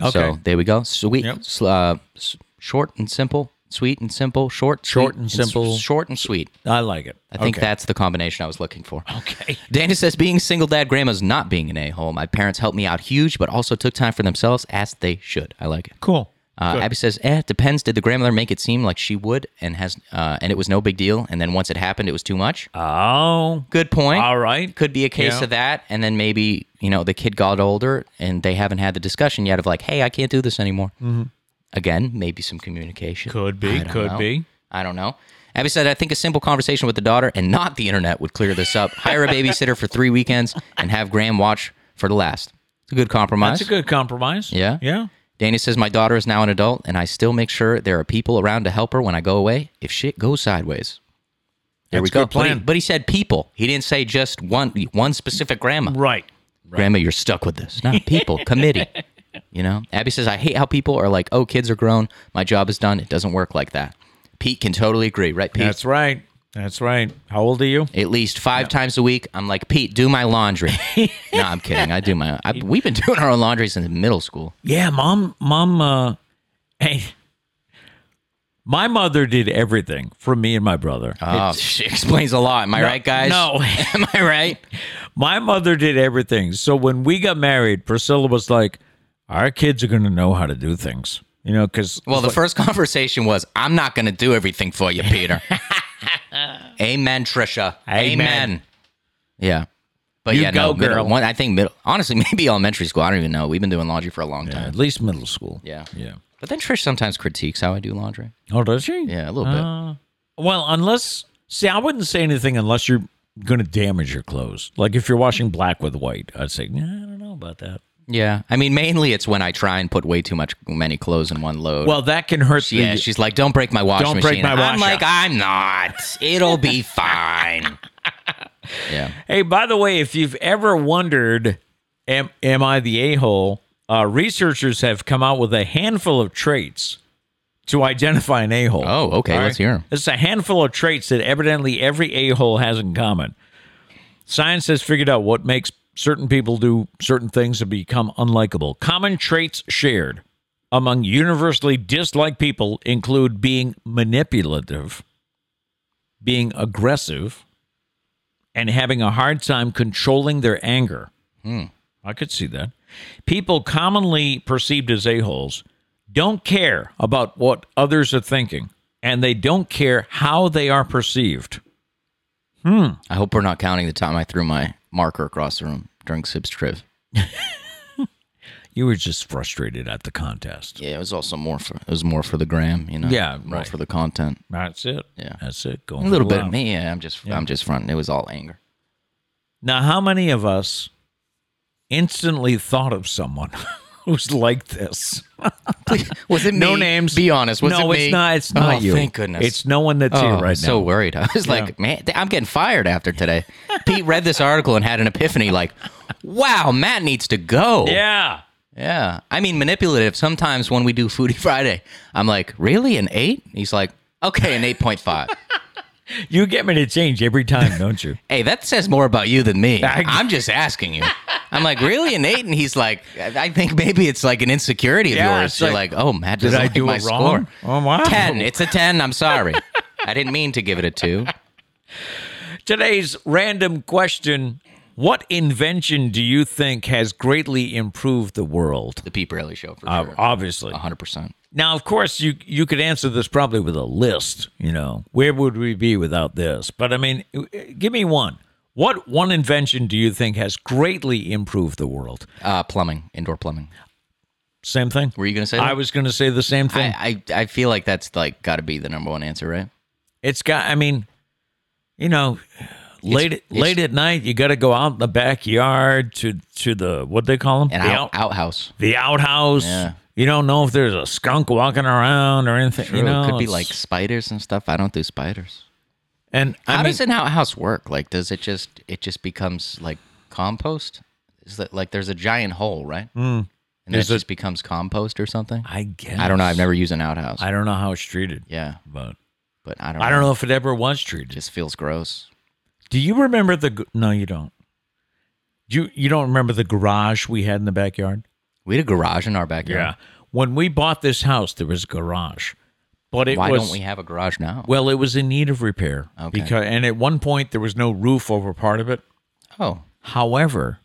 [SPEAKER 2] Okay.
[SPEAKER 1] So there we go. Sweet,
[SPEAKER 2] Yep.
[SPEAKER 1] s- uh, s- short and simple. Sweet and simple. Short,
[SPEAKER 2] Short
[SPEAKER 1] sweet,
[SPEAKER 2] and
[SPEAKER 1] s-
[SPEAKER 2] simple.
[SPEAKER 1] short and sweet.
[SPEAKER 2] I like it.
[SPEAKER 1] I think
[SPEAKER 2] Okay.
[SPEAKER 1] that's the combination I was looking for.
[SPEAKER 2] Okay.
[SPEAKER 1] Dana says, being single dad grandma's not being an a hole. My parents helped me out huge, but also took time for themselves as they should. I like it.
[SPEAKER 2] Cool.
[SPEAKER 1] Uh, Abby says, "Eh, it depends. Did the grandmother make it seem like she would, and has, uh, and it was no big deal, and then once it happened, it was too much."
[SPEAKER 2] Oh,
[SPEAKER 1] Good point.
[SPEAKER 2] all right.
[SPEAKER 1] Could be a case
[SPEAKER 2] Yeah.
[SPEAKER 1] of that, and then maybe you know the kid got older, and they haven't had the discussion yet of like, "Hey, I can't do this anymore." Again, maybe some communication.
[SPEAKER 2] Mm-hmm. Could be,
[SPEAKER 1] I don't
[SPEAKER 2] could
[SPEAKER 1] know.
[SPEAKER 2] be.
[SPEAKER 1] I don't know. Abby said, "I think a simple conversation with the daughter and not the internet would clear this up. Hire a babysitter for three weekends and have Graham watch for the last. It's a good compromise."
[SPEAKER 2] That's a good compromise.
[SPEAKER 1] Yeah.
[SPEAKER 2] Yeah.
[SPEAKER 1] Dana says, My daughter is now an adult, and I still make sure there are people around to help her when I go away if shit goes sideways. There we
[SPEAKER 2] That's
[SPEAKER 1] go.
[SPEAKER 2] good plan.
[SPEAKER 1] But, he, but he said people. He didn't say just one one specific grandma.
[SPEAKER 2] Right.
[SPEAKER 1] Grandma, you're stuck with this. Not people, committee. You know? Abby says, I hate how people are like, oh, kids are grown. My job is done. It doesn't work like that. Pete can totally agree, right, Pete?
[SPEAKER 2] That's right. That's right. How old are you?
[SPEAKER 1] At least five times a week, I'm like, Pete, do my laundry. no, I'm kidding. I do my. I, we've been doing our own laundry since middle school.
[SPEAKER 2] Yeah, mom, mom, uh, hey, my mother did everything for me and my brother.
[SPEAKER 1] Oh, she explains a lot. Am I right, guys?
[SPEAKER 2] Uh, no.
[SPEAKER 1] Am I right?
[SPEAKER 2] My mother did everything. So when we got married, Priscilla was like, our kids are going to know how to do things, you know, because,
[SPEAKER 1] Well, the first conversation was, I'm not going to do everything for you, Peter. Amen, Trisha.
[SPEAKER 2] Amen.
[SPEAKER 1] Yeah. But
[SPEAKER 2] You
[SPEAKER 1] yeah,
[SPEAKER 2] go,
[SPEAKER 1] no, middle-
[SPEAKER 2] girl.
[SPEAKER 1] one, I think middle, honestly, maybe elementary school. I don't even know. We've been doing laundry for a long time.
[SPEAKER 2] at least middle school.
[SPEAKER 1] Yeah.
[SPEAKER 2] Yeah.
[SPEAKER 1] But then Trish sometimes critiques how I do laundry.
[SPEAKER 2] Oh, does she?
[SPEAKER 1] Yeah, a little bit.
[SPEAKER 2] Um, Well, unless, see, I wouldn't say anything unless you're going to damage your clothes. Like if you're washing black with white, I'd say, nah, I don't know about that.
[SPEAKER 1] Yeah, I mean, mainly it's when I try and put way too much many clothes in one load.
[SPEAKER 2] Well, that can hurt. the-
[SPEAKER 1] yeah, she's like, "Don't break my washing
[SPEAKER 2] Don't
[SPEAKER 1] machine."
[SPEAKER 2] break my
[SPEAKER 1] I'm
[SPEAKER 2] washer.
[SPEAKER 1] like, "I'm not. It'll be fine." yeah,
[SPEAKER 2] Hey, by the way, if you've ever wondered, am, am I the a hole? Uh, researchers have come out with a handful of traits to identify an a hole.
[SPEAKER 1] Oh, okay, let's hear 'em.
[SPEAKER 2] It's a handful of traits that evidently every a hole has in common. Science has figured out what makes certain people do certain things to become unlikable. Common traits shared among universally disliked people include being manipulative, being aggressive, and having a hard time controlling their anger.
[SPEAKER 1] Hmm.
[SPEAKER 2] I could see that. People commonly perceived as a-holes don't care about what others are thinking, and they don't care how they are perceived.
[SPEAKER 1] I hope we're not counting the time I threw my marker across the room during Sib's trip.
[SPEAKER 2] You were just frustrated at the contest.
[SPEAKER 1] Yeah, it was also more for it was more for the gram, you know.
[SPEAKER 2] Yeah,
[SPEAKER 1] more
[SPEAKER 2] right.
[SPEAKER 1] for the content.
[SPEAKER 2] That's it.
[SPEAKER 1] Yeah.
[SPEAKER 2] That's it. Going
[SPEAKER 1] A little
[SPEAKER 2] for
[SPEAKER 1] bit
[SPEAKER 2] the
[SPEAKER 1] of
[SPEAKER 2] laugh.
[SPEAKER 1] me. Yeah, I'm just I'm just fronting. It was all anger.
[SPEAKER 2] Now, how many of us instantly thought of someone who's like this?
[SPEAKER 1] Was it
[SPEAKER 2] No
[SPEAKER 1] me?
[SPEAKER 2] names.
[SPEAKER 1] Be honest. Was
[SPEAKER 2] no,
[SPEAKER 1] it me?
[SPEAKER 2] it's not. It's not
[SPEAKER 1] oh,
[SPEAKER 2] you.
[SPEAKER 1] Thank goodness.
[SPEAKER 2] It's no one that's
[SPEAKER 1] Oh,
[SPEAKER 2] here right
[SPEAKER 1] so
[SPEAKER 2] now.
[SPEAKER 1] worried. I was like, man, th- I'm getting fired after today. Pete read this article and had an epiphany like, wow, Matt needs to go.
[SPEAKER 2] Yeah.
[SPEAKER 1] Yeah. I mean, manipulative. Sometimes when we do Foodie Friday, I'm like, really? An eight? He's like, okay, an 8.5.
[SPEAKER 2] You get me to change every time, don't you?
[SPEAKER 1] hey, that says more about you than me. I'm just asking you. I'm like, really? An eight? And he's like, I I think maybe it's like an insecurity of
[SPEAKER 2] Yeah,
[SPEAKER 1] yours.
[SPEAKER 2] it's
[SPEAKER 1] You're
[SPEAKER 2] like,
[SPEAKER 1] like, oh, Matt,
[SPEAKER 2] Did
[SPEAKER 1] doesn't
[SPEAKER 2] I
[SPEAKER 1] like
[SPEAKER 2] do
[SPEAKER 1] my
[SPEAKER 2] it wrong?
[SPEAKER 1] score.
[SPEAKER 2] Oh, wow.
[SPEAKER 1] 10. It's a 10. I'm sorry. I didn't mean to give it a two.
[SPEAKER 2] Today's random question What invention do you think has greatly improved the world?
[SPEAKER 1] The Pete Braley show for
[SPEAKER 2] Uh,
[SPEAKER 1] sure.
[SPEAKER 2] obviously.
[SPEAKER 1] 100%.
[SPEAKER 2] Now, of course, you you could answer this probably with a list. You know, where would we be without this? But I mean, uh, give me one. What one invention do you think has greatly improved the world?
[SPEAKER 1] Uh, plumbing, indoor plumbing.
[SPEAKER 2] Same thing.
[SPEAKER 1] Were you going to say that?
[SPEAKER 2] I was going to say the same thing.
[SPEAKER 1] I, I, I feel like that's like got to be the number one answer, right?
[SPEAKER 2] It's got. I mean, you know, late
[SPEAKER 1] it's-
[SPEAKER 2] late at night, you got to go out in the backyard to to the what they call them
[SPEAKER 1] An
[SPEAKER 2] the,
[SPEAKER 1] out, outhouse.
[SPEAKER 2] the outhouse.
[SPEAKER 1] Yeah.
[SPEAKER 2] You don't know if there's a skunk walking around or anything.
[SPEAKER 1] True.
[SPEAKER 2] You know,
[SPEAKER 1] it could be
[SPEAKER 2] it's-
[SPEAKER 1] like spiders and stuff. I don't do spiders.
[SPEAKER 2] and I
[SPEAKER 1] How
[SPEAKER 2] mean,
[SPEAKER 1] does an outhouse work? Like, does it just it just becomes like compost? Is that like there's a giant hole, right? Mm. And then it
[SPEAKER 2] Is it-
[SPEAKER 1] just becomes compost or something?
[SPEAKER 2] Hmm. I guess
[SPEAKER 1] I don't know. I've never used an outhouse.
[SPEAKER 2] I don't know how it's treated.
[SPEAKER 1] yeah,
[SPEAKER 2] But
[SPEAKER 1] but I don't.
[SPEAKER 2] I don't know if it ever was treated.
[SPEAKER 1] just feels gross.
[SPEAKER 2] Do you remember the? g- No, you don't. You you don't remember the garage we had in the backyard?
[SPEAKER 1] We had a garage in our backyard.
[SPEAKER 2] When we bought this house, there was a garage, but it
[SPEAKER 1] Why
[SPEAKER 2] was
[SPEAKER 1] don't we have a garage now?
[SPEAKER 2] well, it was in need of repair.
[SPEAKER 1] Okay.
[SPEAKER 2] Because and at one point there was no roof over part of it.
[SPEAKER 1] Oh,
[SPEAKER 2] However,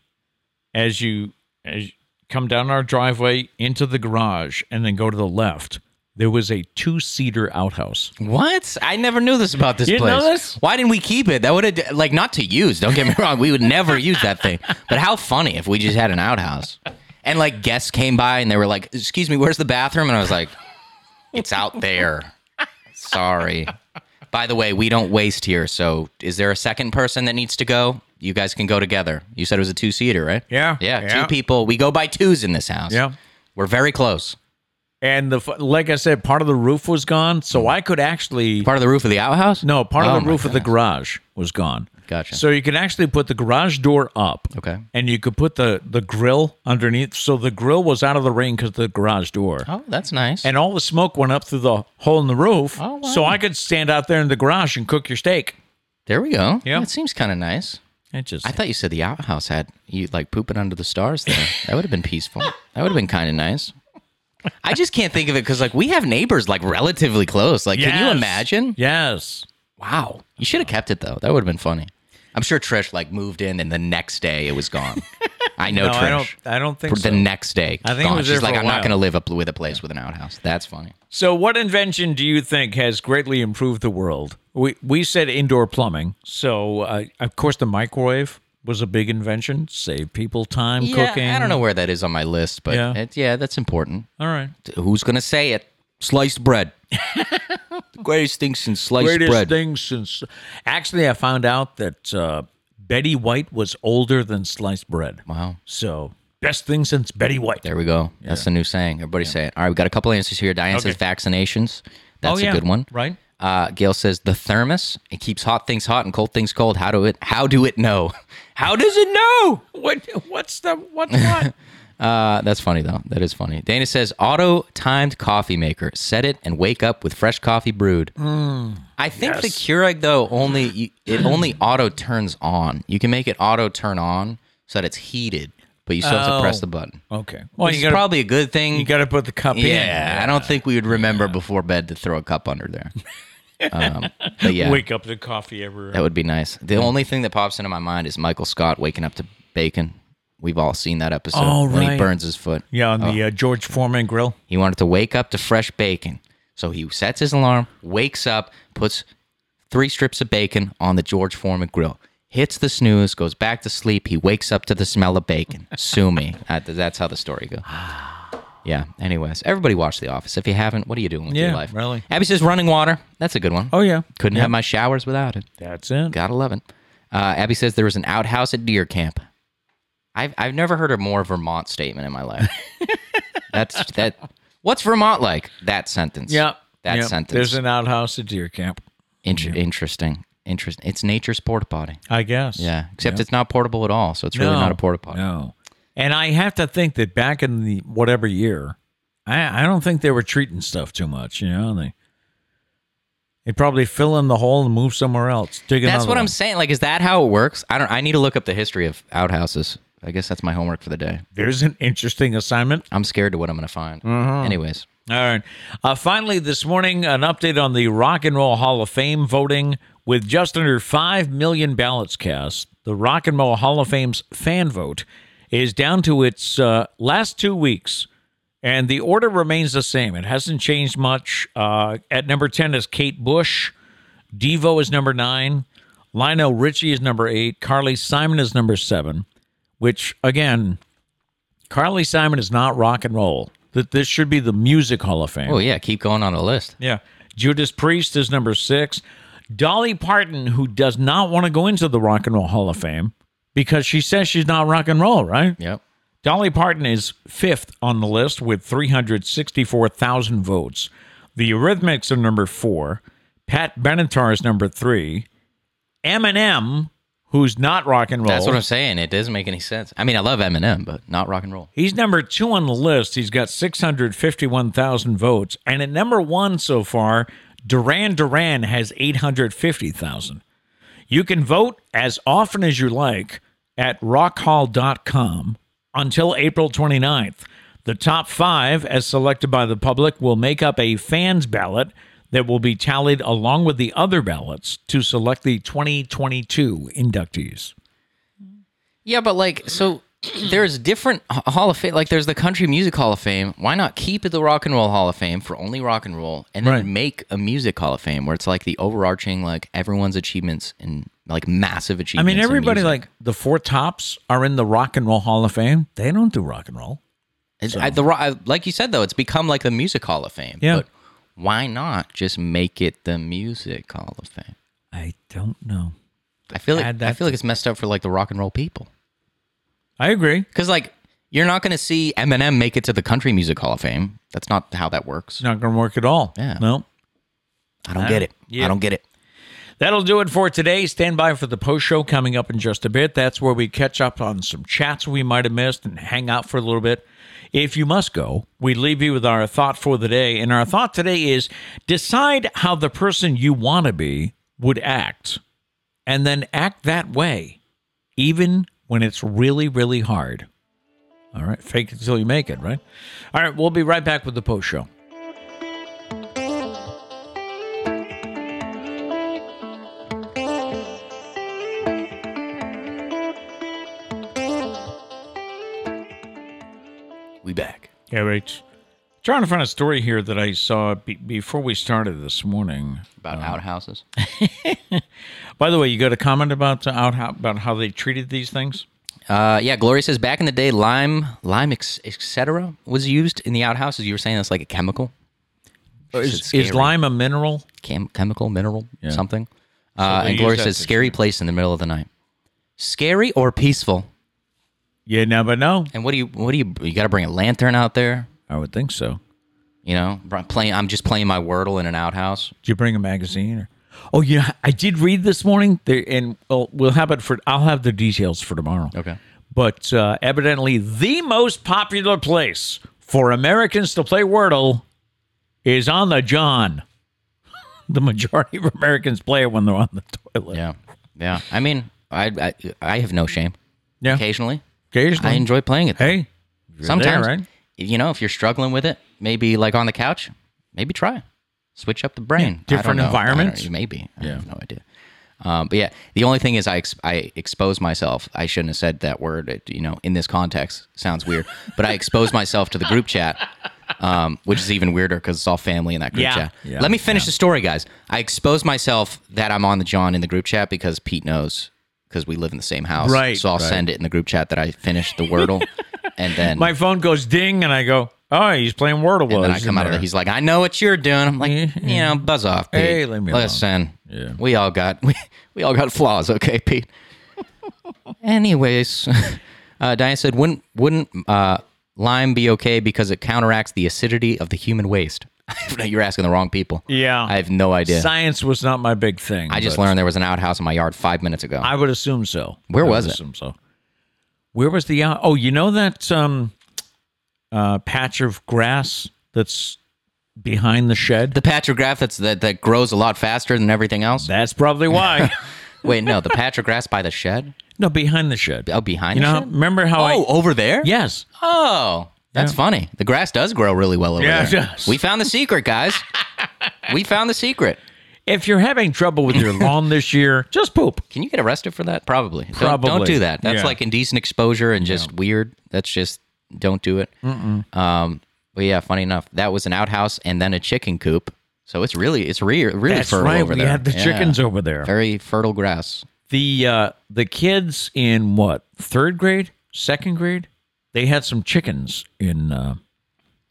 [SPEAKER 2] as you as you come down our driveway into the garage and then go to the left, there was a two seater outhouse.
[SPEAKER 1] What? I never knew this about this
[SPEAKER 2] You didn't
[SPEAKER 1] place.
[SPEAKER 2] know this?
[SPEAKER 1] Why didn't we keep it? That would have like not to use. Don't get me wrong. We would never use that thing. But how funny if we just had an outhouse. And like guests came by and they were like, "Excuse me, where's the bathroom?" And I was like, "It's out there." Sorry. By the way, we don't waste here. So, is there a second person that needs to go? You guys can go together. You said it was a two-seater, right?
[SPEAKER 2] Yeah,
[SPEAKER 1] Yeah,
[SPEAKER 2] yeah.
[SPEAKER 1] two people. We go by twos in this house.
[SPEAKER 2] Yeah.
[SPEAKER 1] We're very close.
[SPEAKER 2] And the f- like I said, part of the roof was gone, so I could actually
[SPEAKER 1] Part of the roof of the outhouse?
[SPEAKER 2] No, part
[SPEAKER 1] Oh
[SPEAKER 2] of the
[SPEAKER 1] my
[SPEAKER 2] roof of the
[SPEAKER 1] God.
[SPEAKER 2] garage was gone.
[SPEAKER 1] Gotcha.
[SPEAKER 2] So you can actually put the garage door up.
[SPEAKER 1] Okay.
[SPEAKER 2] And you could put the the grill underneath. So the grill was out of the rain because the garage door.
[SPEAKER 1] oh, that's nice.
[SPEAKER 2] And all the smoke went up through the hole in the roof.
[SPEAKER 1] Oh, wow.
[SPEAKER 2] So I could stand out there in the garage and cook your steak.
[SPEAKER 1] there we go.
[SPEAKER 2] Yeah.
[SPEAKER 1] That seems kind of nice.
[SPEAKER 2] It just
[SPEAKER 1] I thought you said the outhouse had you like pooping under the stars there. That would have been peaceful. That would have been kind of nice. I just can't think of it because like we have neighbors like relatively close. Like, can you
[SPEAKER 2] Yes.
[SPEAKER 1] imagine?
[SPEAKER 2] Yes.
[SPEAKER 1] Wow, you should have kept it though. That would have been funny. I'm sure Trish like moved in and the next day it was gone. I know
[SPEAKER 2] no,
[SPEAKER 1] Trish.
[SPEAKER 2] I don't I don't think
[SPEAKER 1] the
[SPEAKER 2] so.
[SPEAKER 1] next day,
[SPEAKER 2] I think it
[SPEAKER 1] gone.
[SPEAKER 2] was there
[SPEAKER 1] she's
[SPEAKER 2] for
[SPEAKER 1] like,
[SPEAKER 2] a
[SPEAKER 1] I'm not
[SPEAKER 2] while."
[SPEAKER 1] going to live up with a place with an outhouse. That's funny.
[SPEAKER 2] So, what invention do you think has greatly improved the world? We we said indoor plumbing. So, uh, of course, the microwave was a big invention. Save people time
[SPEAKER 1] Yeah,
[SPEAKER 2] cooking.
[SPEAKER 1] I don't know where that is on my list, but
[SPEAKER 2] Yeah.
[SPEAKER 1] yeah, it, yeah that's important.
[SPEAKER 2] All right.
[SPEAKER 1] Who's going to say it? Sliced bread. the greatest thing since sliced
[SPEAKER 2] Greatest
[SPEAKER 1] bread.
[SPEAKER 2] thing since. Actually, I found out that uh, Betty White was older than sliced bread.
[SPEAKER 1] Wow.
[SPEAKER 2] So, best thing since Betty White.
[SPEAKER 1] There we go. That's the new saying. Everybody say it. All right, we got a couple answers here. Diane says vaccinations. That's
[SPEAKER 2] Oh, yeah.
[SPEAKER 1] a good one.
[SPEAKER 2] Right.
[SPEAKER 1] Uh, Gail says the thermos. It keeps hot things hot and cold things cold. How do it? How do it know? How does it know?
[SPEAKER 2] What? What's the what's what?
[SPEAKER 1] Uh, that's funny though. That is funny. Dana says auto timed coffee maker. Set it and wake up with fresh coffee brewed.
[SPEAKER 2] Mm.
[SPEAKER 1] I think the Keurig though only you, it only auto turns on. You can make it auto turn on so that it's heated, but you still have to
[SPEAKER 2] Oh.
[SPEAKER 1] press the button.
[SPEAKER 2] okay. Well,
[SPEAKER 1] Which
[SPEAKER 2] you
[SPEAKER 1] is
[SPEAKER 2] got to
[SPEAKER 1] probably a good thing.
[SPEAKER 2] you got to put the cup in.
[SPEAKER 1] Yeah, I don't think we would remember before bed to throw a cup under there. um, but yeah,
[SPEAKER 2] Wake up to coffee everywhere.
[SPEAKER 1] that would be nice. The only thing that pops into my mind is Michael Scott waking up to bacon. We've all seen that episode
[SPEAKER 2] Oh,
[SPEAKER 1] when
[SPEAKER 2] right.
[SPEAKER 1] he burns his foot.
[SPEAKER 2] Yeah, on
[SPEAKER 1] Oh.
[SPEAKER 2] the uh, George Foreman grill.
[SPEAKER 1] He wanted to wake up to fresh bacon, so he sets his alarm, wakes up, puts three strips of bacon on the George Foreman grill. Hits the snooze, goes back to sleep. He wakes up to the smell of bacon. Sue me. That, that's how the story goes.
[SPEAKER 2] Ah.
[SPEAKER 1] Yeah. Anyways, everybody watch The Office. If you haven't, what are you doing with
[SPEAKER 2] Yeah,
[SPEAKER 1] your life?
[SPEAKER 2] really.
[SPEAKER 1] Abby says running water. That's a good one.
[SPEAKER 2] Oh yeah,
[SPEAKER 1] Couldn't have my showers without it.
[SPEAKER 2] that's it.
[SPEAKER 1] Gotta love it. Uh, Abby says there was an outhouse at deer camp. I've I've never heard a more Vermont statement in my life. That's that. What's Vermont like? That sentence.
[SPEAKER 2] Yeah,
[SPEAKER 1] That
[SPEAKER 2] yeah.
[SPEAKER 1] sentence.
[SPEAKER 2] There's an outhouse at deer camp.
[SPEAKER 1] Inter- Interesting. Interesting. It's nature's porta potty.
[SPEAKER 2] I guess.
[SPEAKER 1] Yeah. Except it's not portable at all, so it's really not a porta potty.
[SPEAKER 2] No. And I have to think that back in the whatever year, I I don't think they were treating stuff too much. You know, they they probably fill in the hole and move somewhere else. Dig
[SPEAKER 1] That's
[SPEAKER 2] another
[SPEAKER 1] what
[SPEAKER 2] one.
[SPEAKER 1] I'm saying. Like, is that how it works? I don't. I need to look up the history of outhouses. I guess that's my homework for the day.
[SPEAKER 2] There's an interesting assignment.
[SPEAKER 1] I'm scared to what I'm going to find.
[SPEAKER 2] Mm-hmm.
[SPEAKER 1] Anyways,
[SPEAKER 2] All right. Uh, finally, this morning, an update on the Rock and Roll Hall of Fame voting. With just under 5 million ballots cast, the Rock and Roll Hall of Fame's fan vote is down to its uh, last two weeks, and the order remains the same. It hasn't changed much. Uh, at number 10 is Kate Bush, Devo is number 9, Lionel Richie is number 8, Carly Simon is number 7, which, again, Carly Simon is not rock and roll. That this should be the Music Hall of Fame.
[SPEAKER 1] oh yeah, keep going on the list.
[SPEAKER 2] Yeah. Judas Priest is number six. Dolly Parton, who does not want to go into the Rock and Roll Hall of Fame because she says she's not rock and roll, right?
[SPEAKER 1] Yep.
[SPEAKER 2] Dolly Parton is fifth on the list with 364,000 votes. The Eurythmics are number four. Pat Benatar is number three. Eminem, who's not rock and roll.
[SPEAKER 1] That's what I'm saying. It doesn't make any sense. I mean, I love Eminem, but not rock and roll.
[SPEAKER 2] He's number two on the list. He's got 651,000 votes. And at number one so far, Duran Duran has 850,000. You can vote as often as you like at rockhall.com until April 29th. The top five, as selected by the public, will make up a fans ballot that will be tallied along with the other ballots to select the 2022 inductees.
[SPEAKER 1] Yeah, but like, so there's different h- Hall of Fame. Like, there's the Country Music Hall of Fame. Why not keep it the Rock and Roll Hall of Fame for only rock and roll, and then
[SPEAKER 2] Right.
[SPEAKER 1] make a Music Hall of Fame where it's like the overarching, like everyone's achievements and like massive
[SPEAKER 2] I
[SPEAKER 1] achievements.
[SPEAKER 2] mean,
[SPEAKER 1] in
[SPEAKER 2] everybody
[SPEAKER 1] music.
[SPEAKER 2] like the four tops are in the Rock and Roll Hall of Fame. They don't do rock and roll.
[SPEAKER 1] It's- I, the ro- I, like you said though, it's become like the Music Hall of Fame.
[SPEAKER 2] Yeah.
[SPEAKER 1] But why not just make it the Music Hall of Fame?
[SPEAKER 2] I don't know.
[SPEAKER 1] I feel
[SPEAKER 2] Add
[SPEAKER 1] like
[SPEAKER 2] that
[SPEAKER 1] I feel like it's messed up for like the rock and roll people.
[SPEAKER 2] I agree.
[SPEAKER 1] Because like you're not going to see Eminem make it to the Country Music Hall of Fame. That's not how that works.
[SPEAKER 2] It's not going to work at all.
[SPEAKER 1] Yeah.
[SPEAKER 2] No.
[SPEAKER 1] I don't get it.
[SPEAKER 2] Yeah.
[SPEAKER 1] I don't get it.
[SPEAKER 2] That'll do it for today. Stand by for the post show coming up in just a bit. That's where we catch up on some chats we might have missed and hang out for a little bit. If you must go, we leave you with our thought for the day. And our thought today is decide how the person you want to be would act and then act that way, even when it's really, really hard. All right, fake it till you make it, right? All right, we'll be right back with the post show.
[SPEAKER 1] We back.
[SPEAKER 2] Yeah, right. Trying to find a story here that I saw be- before we started this morning.
[SPEAKER 1] About outhouses.
[SPEAKER 2] By the way, you got a comment about uh, out how, about how they treated these things?
[SPEAKER 1] Uh, yeah, Gloria says back in the day, lime, lime, ex- etc., was used in the outhouses. You were saying that's like a chemical, It's
[SPEAKER 2] Is,
[SPEAKER 1] scary.
[SPEAKER 2] is lime a mineral?
[SPEAKER 1] Chem- chemical, mineral, something.
[SPEAKER 2] So
[SPEAKER 1] Uh,
[SPEAKER 2] they
[SPEAKER 1] and
[SPEAKER 2] use
[SPEAKER 1] Gloria
[SPEAKER 2] that
[SPEAKER 1] says
[SPEAKER 2] to-
[SPEAKER 1] scary place in the middle of the night. Scary or peaceful?
[SPEAKER 2] You never know.
[SPEAKER 1] And what do you? What do you? You got to bring a lantern out there.
[SPEAKER 2] I would think so.
[SPEAKER 1] You know, Br- playing. I'm just playing my Wordle in an outhouse.
[SPEAKER 2] Did you bring a magazine? Or, oh, you know, I did read this morning, there, and well, we'll have it for. I'll have the details for tomorrow.
[SPEAKER 1] Okay.
[SPEAKER 2] But uh, evidently, the most popular place for Americans to play Wordle is on the John. The majority of Americans play it when they're on the toilet.
[SPEAKER 1] Yeah, yeah. I mean, I I, I have no shame.
[SPEAKER 2] Yeah.
[SPEAKER 1] Occasionally,
[SPEAKER 2] Occasionally.
[SPEAKER 1] I enjoy playing it.
[SPEAKER 2] Hey, you're
[SPEAKER 1] Sometimes,
[SPEAKER 2] there, right?
[SPEAKER 1] you know, if you're struggling with it, maybe like on the couch, maybe try switch up the brain.
[SPEAKER 2] Yeah,
[SPEAKER 1] I don't
[SPEAKER 2] different
[SPEAKER 1] know. I don't
[SPEAKER 2] environments.
[SPEAKER 1] know. maybe. I have no idea. Um, but yeah, the only thing is, I ex- I expose myself. I shouldn't have said that word. It, you know, in this context, sounds weird. But I expose myself to the group chat, um, which is even weirder because it's all family in that group
[SPEAKER 2] Yeah.
[SPEAKER 1] chat.
[SPEAKER 2] Yeah,
[SPEAKER 1] Let me finish the story, guys. I expose myself that I'm on the John in the group chat because Pete knows because we live in the same house.
[SPEAKER 2] Right,
[SPEAKER 1] So I'll
[SPEAKER 2] right.
[SPEAKER 1] send it in the group chat that I finished the Wordle, and then
[SPEAKER 2] My phone goes ding, and I go, "Oh, he's playing Wordle." while
[SPEAKER 1] and then I
[SPEAKER 2] he's
[SPEAKER 1] come
[SPEAKER 2] in
[SPEAKER 1] out of
[SPEAKER 2] there."
[SPEAKER 1] it. He's like, I know what you're doing. I'm like, you know, buzz off, Pete.
[SPEAKER 2] Hey, leave me alone."
[SPEAKER 1] Listen, we all got we, we all got flaws, okay, Pete. Anyways, uh, Diane said, wouldn't wouldn't uh, lime be okay because it counteracts the acidity of the human waste? you're asking the wrong people.
[SPEAKER 2] Yeah.
[SPEAKER 1] I have no idea.
[SPEAKER 2] Science was not my big thing.
[SPEAKER 1] I just
[SPEAKER 2] but
[SPEAKER 1] learned there was an outhouse in my yard five minutes ago.
[SPEAKER 2] I would assume so.
[SPEAKER 1] Where
[SPEAKER 2] I would
[SPEAKER 1] was it?
[SPEAKER 2] Assume so. Where was the? out- Oh, you know that um, uh, patch of grass that's behind the shed.
[SPEAKER 1] the patch of grass that's that, that grows a lot faster than everything else.
[SPEAKER 2] That's probably why.
[SPEAKER 1] Wait, no, the patch of grass by the shed.
[SPEAKER 2] no, behind the shed.
[SPEAKER 1] Oh, behind
[SPEAKER 2] you
[SPEAKER 1] the
[SPEAKER 2] know,
[SPEAKER 1] shed?
[SPEAKER 2] remember how?
[SPEAKER 1] Oh,
[SPEAKER 2] I,
[SPEAKER 1] over there?
[SPEAKER 2] yes.
[SPEAKER 1] Oh, that's funny. The grass does grow really well over
[SPEAKER 2] Yeah, it
[SPEAKER 1] there.
[SPEAKER 2] does.
[SPEAKER 1] We found the secret, guys. we found the secret.
[SPEAKER 2] If you're having trouble with your lawn this year, just poop.
[SPEAKER 1] Can you get arrested for that? Probably. Don't- Don't,
[SPEAKER 2] Probably.
[SPEAKER 1] do that. That's
[SPEAKER 2] Yeah.
[SPEAKER 1] like indecent exposure and just weird. That's just don't do it. Um, but yeah, funny enough, that was an outhouse and then a chicken coop. So it's really it's re- really
[SPEAKER 2] That's
[SPEAKER 1] fertile
[SPEAKER 2] right.
[SPEAKER 1] over
[SPEAKER 2] We
[SPEAKER 1] there.
[SPEAKER 2] had the
[SPEAKER 1] Yeah.
[SPEAKER 2] chickens over there.
[SPEAKER 1] Very fertile grass.
[SPEAKER 2] the uh, the kids in what third grade, second grade, they had some chickens in uh,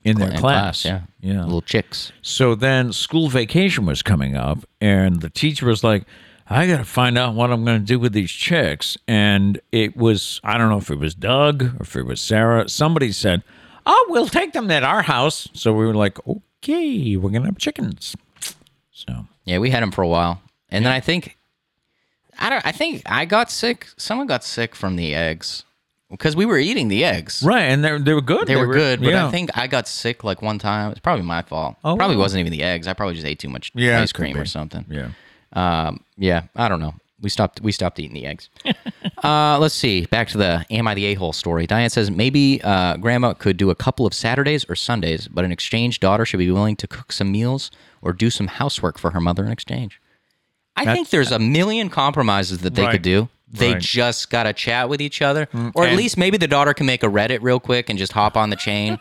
[SPEAKER 2] in their
[SPEAKER 1] And
[SPEAKER 2] class.
[SPEAKER 1] yeah,
[SPEAKER 2] yeah.
[SPEAKER 1] Little chicks.
[SPEAKER 2] So then school vacation was coming up, and the teacher was like, I got to find out what I'm going to do with these chicks. And it was, I don't know if it was Doug or if it was Sarah. Somebody said, Oh, we'll take them at our house. So we were like, Okay, we're going to have chickens. So,
[SPEAKER 1] Yeah, we had him for a while, and then I think, I don't. I think I got sick. Someone got sick from the eggs because we were eating the eggs.
[SPEAKER 2] right. And they, they were good.
[SPEAKER 1] They, were, good, but
[SPEAKER 2] yeah.
[SPEAKER 1] I think I got sick like one time. It's probably my fault.
[SPEAKER 2] Oh,
[SPEAKER 1] probably
[SPEAKER 2] wow.
[SPEAKER 1] wasn't even the eggs. I probably just ate too much
[SPEAKER 2] Yeah,
[SPEAKER 1] ice
[SPEAKER 2] it could
[SPEAKER 1] cream
[SPEAKER 2] be.
[SPEAKER 1] or something.
[SPEAKER 2] Yeah.
[SPEAKER 1] Um, yeah, I don't know. We stopped. We stopped eating the eggs. uh, let's see. Back to the "Am I the a-hole" story. Diane says maybe uh, Grandma could do a couple of Saturdays or Sundays, but in exchange, daughter should be willing to cook some meals or do some housework for her mother in exchange. I think there's a million compromises that they
[SPEAKER 2] Right.
[SPEAKER 1] could do. They
[SPEAKER 2] Right. Mm,
[SPEAKER 1] just gotta chat with each other, or at
[SPEAKER 2] And-
[SPEAKER 1] least maybe the daughter can make a Reddit real quick and just hop on the chain,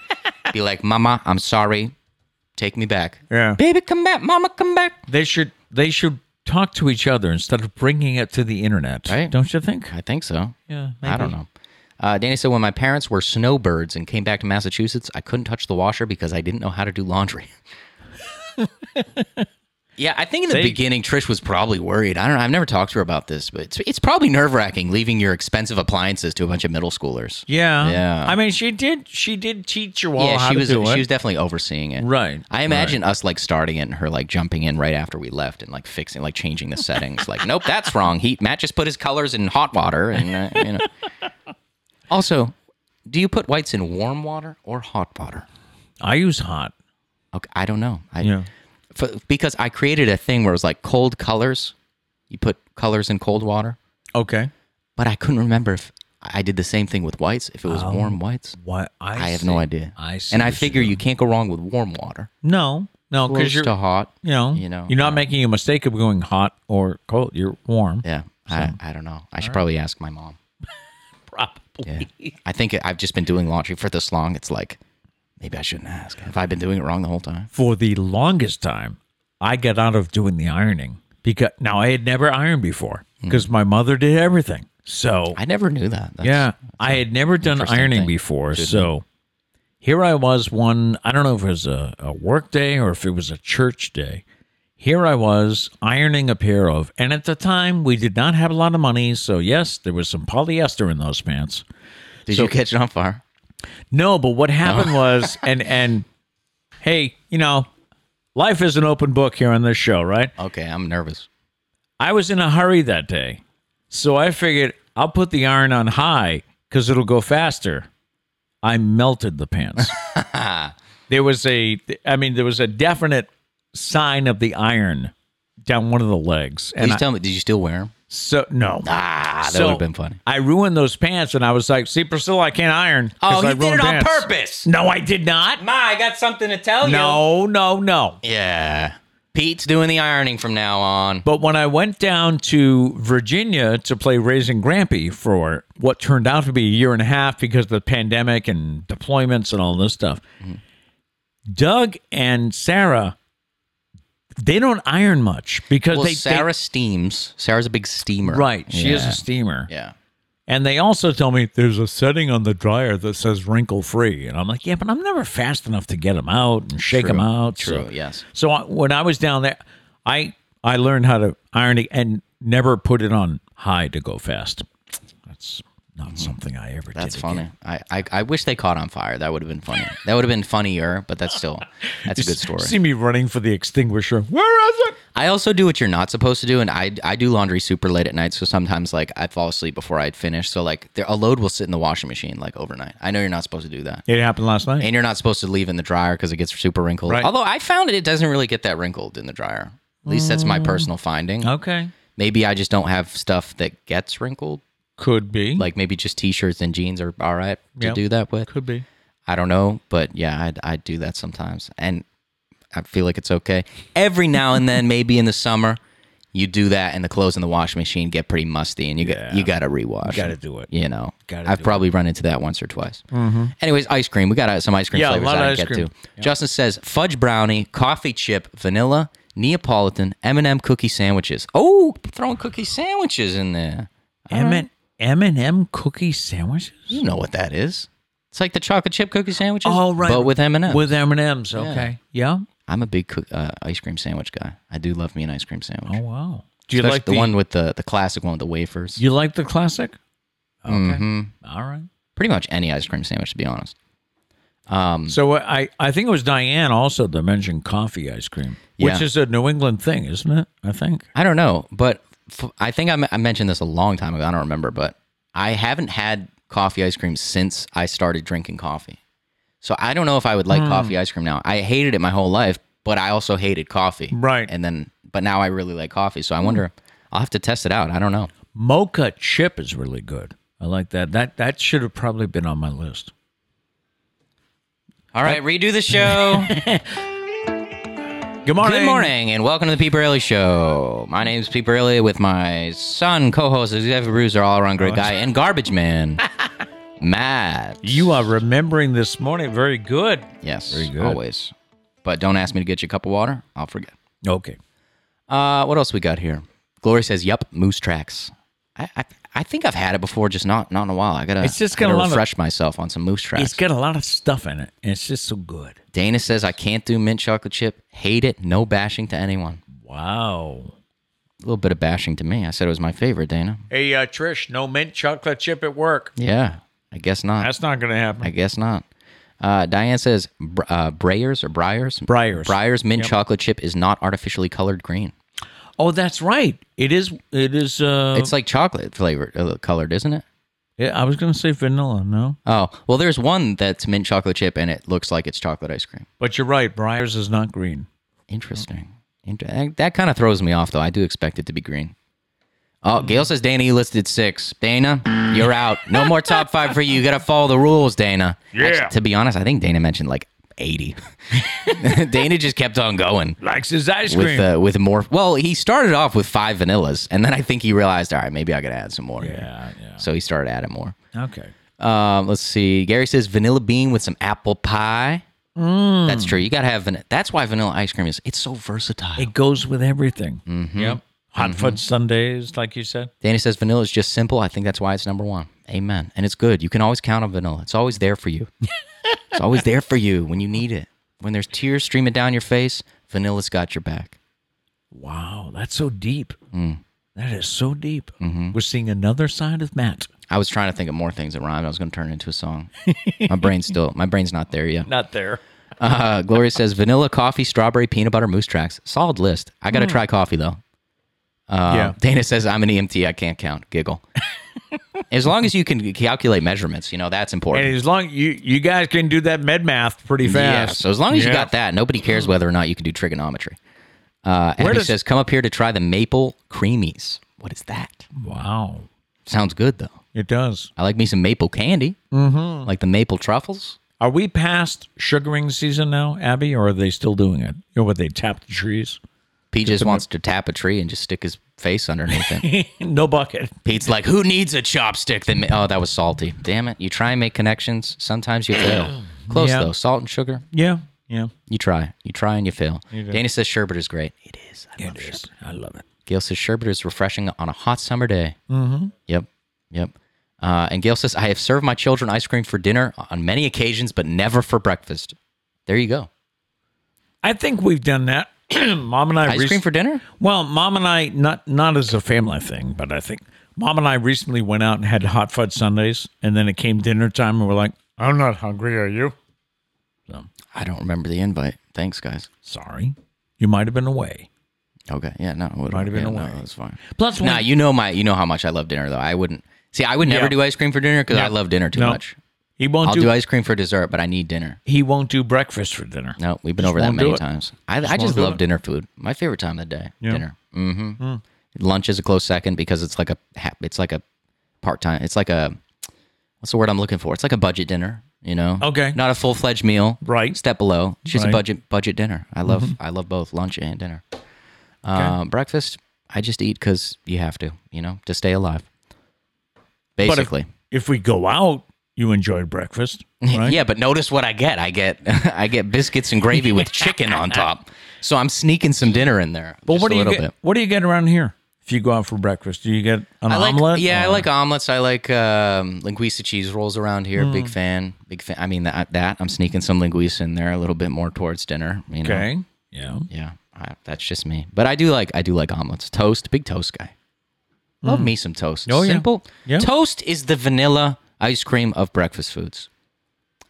[SPEAKER 1] be like, "Mama, I'm sorry, take me back."
[SPEAKER 2] Yeah.
[SPEAKER 1] baby, come back, Mama, come back.
[SPEAKER 2] They should, they should talk to each other instead of bringing it to the internet.
[SPEAKER 1] Right.
[SPEAKER 2] Don't you think?
[SPEAKER 1] I think so.
[SPEAKER 2] Yeah.
[SPEAKER 1] I don't know. Uh, Danny said, when my parents were snowbirds and came back to Massachusetts, I couldn't touch the washer because I didn't know how to do laundry. Yeah, I think in the
[SPEAKER 2] They-
[SPEAKER 1] beginning Trish was probably worried. I don't know. I've never talked to her about this, but it's, it's probably nerve wracking leaving your expensive appliances to a bunch of middle schoolers.
[SPEAKER 2] Yeah.
[SPEAKER 1] Yeah.
[SPEAKER 2] I mean, she did. She did teach you all
[SPEAKER 1] yeah,
[SPEAKER 2] Oh, how
[SPEAKER 1] she
[SPEAKER 2] to
[SPEAKER 1] was
[SPEAKER 2] do it.
[SPEAKER 1] she was definitely overseeing it.
[SPEAKER 2] Right,
[SPEAKER 1] I imagine us like starting it and her like jumping in right after we left and like fixing like changing the settings. like, nope, that's wrong. He Matt just put his colors in hot water and uh, you know. Also, do you put whites in warm water or hot water?
[SPEAKER 2] I use hot.
[SPEAKER 1] Okay, I don't know. I, for, because I created a thing where it was like cold colors. You put colors in cold water,
[SPEAKER 2] Okay.
[SPEAKER 1] but I couldn't remember if I did the same thing with whites. If it was warm whites,
[SPEAKER 2] What I,
[SPEAKER 1] I have
[SPEAKER 2] Oh. see.
[SPEAKER 1] no idea.
[SPEAKER 2] I see
[SPEAKER 1] and I
[SPEAKER 2] what you
[SPEAKER 1] figure
[SPEAKER 2] do.
[SPEAKER 1] you can't go wrong with warm water.
[SPEAKER 2] no no
[SPEAKER 1] Close
[SPEAKER 2] because you're
[SPEAKER 1] to hot.
[SPEAKER 2] you know
[SPEAKER 1] you know,
[SPEAKER 2] you're not making a mistake of going hot or cold. You're warm.
[SPEAKER 1] Yeah, I, I don't know. I should probably ask my mom. Yeah,
[SPEAKER 2] Probably.
[SPEAKER 1] I think I've just been doing laundry for this long. It's like maybe I shouldn't ask. Have I been doing it wrong the whole time?
[SPEAKER 2] For the longest time, I got out of doing the ironing because now I had never ironed before because
[SPEAKER 1] Mm.
[SPEAKER 2] my mother did everything. So
[SPEAKER 1] I never knew that. That's,
[SPEAKER 2] Yeah, I had never done
[SPEAKER 1] interesting
[SPEAKER 2] ironing
[SPEAKER 1] thing.
[SPEAKER 2] before, so here I was one. I don't know if it was a, a work day or if it was a church day. Here I was ironing a pair of, and at the time we did not have a lot of money, so yes, there was some polyester in those pants.
[SPEAKER 1] Did you catch it on fire?
[SPEAKER 2] No, but what
[SPEAKER 1] Oh.
[SPEAKER 2] happened was, and and hey, you know, life is an open book here on this show, right?
[SPEAKER 1] Okay, I'm nervous.
[SPEAKER 2] I was in a hurry that day, so I figured I'll put the iron on high because it'll go faster. I melted the pants. there was a, I mean, there was a definite sign of the iron down one of the legs,
[SPEAKER 1] Please
[SPEAKER 2] and I-
[SPEAKER 1] tell me, did you still wear them?
[SPEAKER 2] so no,
[SPEAKER 1] Ah, that
[SPEAKER 2] So,
[SPEAKER 1] would have been funny.
[SPEAKER 2] I ruined those pants, and I was like, "See, Priscilla, I can't iron."
[SPEAKER 1] Oh,
[SPEAKER 2] 'cause I ruined pants."
[SPEAKER 1] purpose.
[SPEAKER 2] No, I did not.
[SPEAKER 1] Ma, I got something to tell
[SPEAKER 2] No, no, no.
[SPEAKER 1] Yeah. Pete's doing the ironing from now on.
[SPEAKER 2] But when I went down to Virginia to play Raising Grampy for what turned out to be a year and a half because of the pandemic and deployments and all this stuff, Doug and Sarah, they don't iron much because
[SPEAKER 1] Well,
[SPEAKER 2] they they-
[SPEAKER 1] Sarah steams. Sarah's a big steamer.
[SPEAKER 2] right, she is
[SPEAKER 1] Yeah.
[SPEAKER 2] a steamer,
[SPEAKER 1] Yeah.
[SPEAKER 2] and they also tell me there's a setting on the dryer that says wrinkle free, and I'm like, yeah, but I'm never fast enough to get them out and shake them
[SPEAKER 1] True,
[SPEAKER 2] out.
[SPEAKER 1] True.
[SPEAKER 2] so-
[SPEAKER 1] yes.
[SPEAKER 2] So I, when I was down there, I I learned how to iron it and never put it on high to go fast. That's not something I ever
[SPEAKER 1] Mm-hmm. That's
[SPEAKER 2] did.
[SPEAKER 1] funny.
[SPEAKER 2] again.
[SPEAKER 1] I, I I wish they caught on fire. That would have been funny. that would have been funnier, but that's still that's a good story.
[SPEAKER 2] See me running for the extinguisher. Where is it?
[SPEAKER 1] I also do what you're not supposed to do, and I I do laundry super late at night. So sometimes like I fall asleep before I'd finish. So like there, a load will sit in the washing machine like overnight. I know you're not supposed to do that.
[SPEAKER 2] It happened last night.
[SPEAKER 1] And you're not supposed to leave in the dryer because it gets super wrinkled.
[SPEAKER 2] Right.
[SPEAKER 1] Although I found it, it doesn't really get that wrinkled in the dryer. At least that's
[SPEAKER 2] Mm.
[SPEAKER 1] my personal finding.
[SPEAKER 2] Okay,
[SPEAKER 1] Maybe I just don't have stuff that gets wrinkled.
[SPEAKER 2] could be.
[SPEAKER 1] Like maybe just t-shirts and jeans are all right to
[SPEAKER 2] Yep.
[SPEAKER 1] do that with.
[SPEAKER 2] could be.
[SPEAKER 1] I don't know, but yeah, I I do that sometimes, and I feel like it's okay. Every now and then, maybe in the summer, you do that, and the clothes in the washing machine get pretty musty, and you
[SPEAKER 2] Yeah.
[SPEAKER 1] got you got to rewash.
[SPEAKER 2] Gotta do it.
[SPEAKER 1] You know,
[SPEAKER 2] Gotta
[SPEAKER 1] I've
[SPEAKER 2] do
[SPEAKER 1] probably run into that once or twice. Mm-hmm. Anyways, ice cream. We got uh, some ice cream
[SPEAKER 2] Yeah, a
[SPEAKER 1] flavors
[SPEAKER 2] lot of
[SPEAKER 1] I
[SPEAKER 2] ice
[SPEAKER 1] didn't get
[SPEAKER 2] cream.
[SPEAKER 1] to. Justin says fudge brownie, coffee chip, vanilla, Neapolitan, M and m cookie sandwiches. Oh, throwing cookie sandwiches in there.
[SPEAKER 2] M and M and M cookie sandwiches.
[SPEAKER 1] You know what that is? It's like the chocolate chip cookie sandwiches.
[SPEAKER 2] Oh, right.
[SPEAKER 1] but with M and m
[SPEAKER 2] With M and M's. Okay. Yeah.
[SPEAKER 1] I'm a big cook, uh, ice cream sandwich guy. I do love me an ice cream sandwich.
[SPEAKER 2] Oh wow. Do you
[SPEAKER 1] Especially
[SPEAKER 2] like
[SPEAKER 1] the, one with the, the classic one with the wafers?
[SPEAKER 2] You like the classic? Okay.
[SPEAKER 1] Mhm.
[SPEAKER 2] All right.
[SPEAKER 1] Pretty much any ice cream sandwich, to be honest. Um,
[SPEAKER 2] So uh, I, I think it was Diane also that mentioned coffee ice cream, which
[SPEAKER 1] Yeah.
[SPEAKER 2] is a New England thing, isn't it? I think.
[SPEAKER 1] I don't know, but f- I think I me- I mentioned this a long time ago. I don't remember, but I haven't had coffee ice cream since I started drinking coffee. So I don't know if I would
[SPEAKER 2] Hmm.
[SPEAKER 1] like coffee ice cream now. I hated it my whole life, but I also hated coffee.
[SPEAKER 2] Right. Hmm.
[SPEAKER 1] And then, but now I really like coffee. So I wonder, I'll have to test it out. I don't know.
[SPEAKER 2] Mocha chip is really good. I like that. That that should have probably been on my list.
[SPEAKER 1] All right, redo the show.
[SPEAKER 2] Good morning.
[SPEAKER 1] Good morning and welcome to the Pete Bailey Show. My name's Pete Bailey with my son, co-host, executive producer, all-around
[SPEAKER 2] Oh,
[SPEAKER 1] great guy, and garbage man, Matt.
[SPEAKER 2] You are remembering this morning very good.
[SPEAKER 1] yes,
[SPEAKER 2] Very good.
[SPEAKER 1] always. But don't ask me to get you a cup of water. I'll forget.
[SPEAKER 2] Okay.
[SPEAKER 1] Uh, what else we got here? Glory says, "Yep, moose tracks." I, I I think I've had it before, just not not in a while. I gotta
[SPEAKER 2] It's just
[SPEAKER 1] I gotta
[SPEAKER 2] got a lot of-
[SPEAKER 1] refresh myself on some moose
[SPEAKER 2] It's
[SPEAKER 1] tracks.
[SPEAKER 2] got a lot of stuff in it, and it's just so good.
[SPEAKER 1] Dana says, "I can't do mint chocolate chip. Hate it. No bashing to anyone."
[SPEAKER 2] Wow.
[SPEAKER 1] A little bit of bashing to me. I said it was my favorite, Dana.
[SPEAKER 2] Hey, uh, Trish, no mint chocolate chip at work.
[SPEAKER 1] Yeah, I guess not.
[SPEAKER 2] That's not going to happen.
[SPEAKER 1] I guess not. Uh, Diane says Br- uh, Breyers or Briars?
[SPEAKER 2] Breyers.
[SPEAKER 1] Briars mint chocolate chip is not artificially colored green.
[SPEAKER 2] oh, that's right. It is. It is. Uh,
[SPEAKER 1] It's like chocolate flavored uh, colored, isn't it?
[SPEAKER 2] yeah, I was going to say vanilla. No,
[SPEAKER 1] Oh, well, there's one that's mint chocolate chip and it looks like it's chocolate ice cream.
[SPEAKER 2] but you're right. Briars is not green.
[SPEAKER 1] Interesting. Inter- eh, that kind of throws me off, though. I do expect it to be green. Oh, Gail says, Dana, you listed six. Dana, you're out. No more top five for you. You got to follow the rules, Dana. Yeah. to be honest, I think Dana mentioned like 80. Dana just kept on going
[SPEAKER 2] Likes his ice
[SPEAKER 1] with
[SPEAKER 2] cream.
[SPEAKER 1] uh, with more. Well, he started off with five vanillas, and then I think he realized, all right, maybe I got to add some more. here."
[SPEAKER 2] yeah, yeah.
[SPEAKER 1] So he started adding more.
[SPEAKER 2] Okay.
[SPEAKER 1] Um, let's see. Gary says vanilla bean with some apple pie.
[SPEAKER 2] Mm.
[SPEAKER 1] That's true. You gotta have vanilla. That's why vanilla ice cream is. It's so versatile.
[SPEAKER 2] It goes with everything. Yep. Hot fudge sundaes, like you said.
[SPEAKER 1] Danny says vanilla is just simple. I think that's why it's number one. Amen. And it's good. You can always count on vanilla. It's always there for you. it's always there for you when you need it. When there's tears streaming down your face, vanilla's got your back.
[SPEAKER 2] Wow, that's so deep. That is so deep. We're seeing another side of Matt.
[SPEAKER 1] I was trying to think of more things that rhymed. I was gonna turn it into a song. my brain's still. My brain's not there yet.
[SPEAKER 2] Not there.
[SPEAKER 1] Uh, Gloria says vanilla, coffee, strawberry, peanut butter, moose tracks. Solid list. I
[SPEAKER 2] Hmm.
[SPEAKER 1] gotta try coffee though. Uh,
[SPEAKER 2] Yeah.
[SPEAKER 1] Dana says I'm an EMT. I can't count. Giggle. as long as you can calculate measurements, you know that's important.
[SPEAKER 2] And as long you you guys can do that med math pretty
[SPEAKER 1] Yeah.
[SPEAKER 2] fast.
[SPEAKER 1] So as long as you
[SPEAKER 2] Yeah.
[SPEAKER 1] got that, nobody cares whether or not you can do trigonometry. Uh,
[SPEAKER 2] Where
[SPEAKER 1] Abby
[SPEAKER 2] does-
[SPEAKER 1] says, "Come up here to try the maple creamies." What is that?
[SPEAKER 2] Wow,
[SPEAKER 1] Sounds good though.
[SPEAKER 2] it does.
[SPEAKER 1] I like me some maple candy, mm-hmm. like the maple truffles.
[SPEAKER 2] Are we past sugaring season now, Abby, or are they still doing it? You know, what they tap the trees?
[SPEAKER 1] Pete just wants to tap a tree and just stick his face underneath it.
[SPEAKER 2] no bucket.
[SPEAKER 1] Pete's like, who needs a chopstick? That ma- oh, that was salty. Damn it! You try and make connections. Sometimes you fail. Close
[SPEAKER 2] Yeah.
[SPEAKER 1] though, salt and sugar.
[SPEAKER 2] Yeah, yeah.
[SPEAKER 1] You try, you try and you fail. Dana says sherbet is great. It is. I love sherbet.
[SPEAKER 2] I love it.
[SPEAKER 1] Gail says sherbet is refreshing on a hot summer day. Mm-hmm. Yep, yep. Uh, and Gail says I have served my children ice cream for dinner on many occasions, but never for breakfast. There you go.
[SPEAKER 2] I think we've done that. Mom and I
[SPEAKER 1] Ice
[SPEAKER 2] rec-
[SPEAKER 1] cream for dinner.
[SPEAKER 2] Well, mom and I not not as a family thing, but I think mom and I recently went out and had hot fudge sundaes, and then it came dinner time, and we're like, "I'm not hungry, are you?"
[SPEAKER 1] I don't remember the invite. Thanks, guys.
[SPEAKER 2] Sorry, you might have been away.
[SPEAKER 1] Okay. Yeah. No. it
[SPEAKER 2] Might have been
[SPEAKER 1] yeah,
[SPEAKER 2] a
[SPEAKER 1] no,
[SPEAKER 2] way.
[SPEAKER 1] That's fine.
[SPEAKER 2] Plus,
[SPEAKER 1] Nah, you know my, you know how much I love dinner though. I wouldn't see. I would never
[SPEAKER 2] Yeah.
[SPEAKER 1] do ice cream for dinner because I love dinner too
[SPEAKER 2] No.
[SPEAKER 1] much.
[SPEAKER 2] he won't
[SPEAKER 1] I'll
[SPEAKER 2] do,
[SPEAKER 1] do ice cream for dessert, but I need dinner.
[SPEAKER 2] he won't do breakfast for dinner.
[SPEAKER 1] No, we've been over that
[SPEAKER 2] won't do
[SPEAKER 1] many
[SPEAKER 2] it.
[SPEAKER 1] times. I I
[SPEAKER 2] won't
[SPEAKER 1] just
[SPEAKER 2] do
[SPEAKER 1] love
[SPEAKER 2] it.
[SPEAKER 1] dinner food. My favorite time of the day. Dinner. hmm Lunch is a close second because it's like a ha- it's like a part time. It's like a what's the word I'm looking for? It's like a budget dinner. You know.
[SPEAKER 2] Okay.
[SPEAKER 1] Not a full fledged meal.
[SPEAKER 2] Right.
[SPEAKER 1] Step below. It's just
[SPEAKER 2] Right. Mm-hmm.
[SPEAKER 1] a budget budget dinner. I love I love both lunch and dinner. Um, breakfast I just eat because you have to. You know to stay alive.
[SPEAKER 2] But if-
[SPEAKER 1] Basically.
[SPEAKER 2] if, we go out, you enjoy breakfast, right?
[SPEAKER 1] Yeah, but notice what I get. I get I get biscuits and gravy with chicken on top. So I'm sneaking some dinner in there.
[SPEAKER 2] But
[SPEAKER 1] just
[SPEAKER 2] what do
[SPEAKER 1] a
[SPEAKER 2] you
[SPEAKER 1] little
[SPEAKER 2] get?
[SPEAKER 1] bit.
[SPEAKER 2] What do you get around here? If you go out for breakfast, do you get an
[SPEAKER 1] I like
[SPEAKER 2] omelet? Oh,
[SPEAKER 1] yeah, I
[SPEAKER 2] or-
[SPEAKER 1] like omelets. I like um, linguiça cheese rolls around here. Big fan, big fan. I mean that that I'm sneaking some linguiça in there a little bit more towards dinner. You know?
[SPEAKER 2] Okay. Yeah.
[SPEAKER 1] Yeah, I, that's just me. But I do like I do like omelets. Toast, big toast guy. Love me some toast.
[SPEAKER 2] Oh, yeah.
[SPEAKER 1] Simple.
[SPEAKER 2] Yeah.
[SPEAKER 1] Toast is the vanilla ice cream of breakfast foods.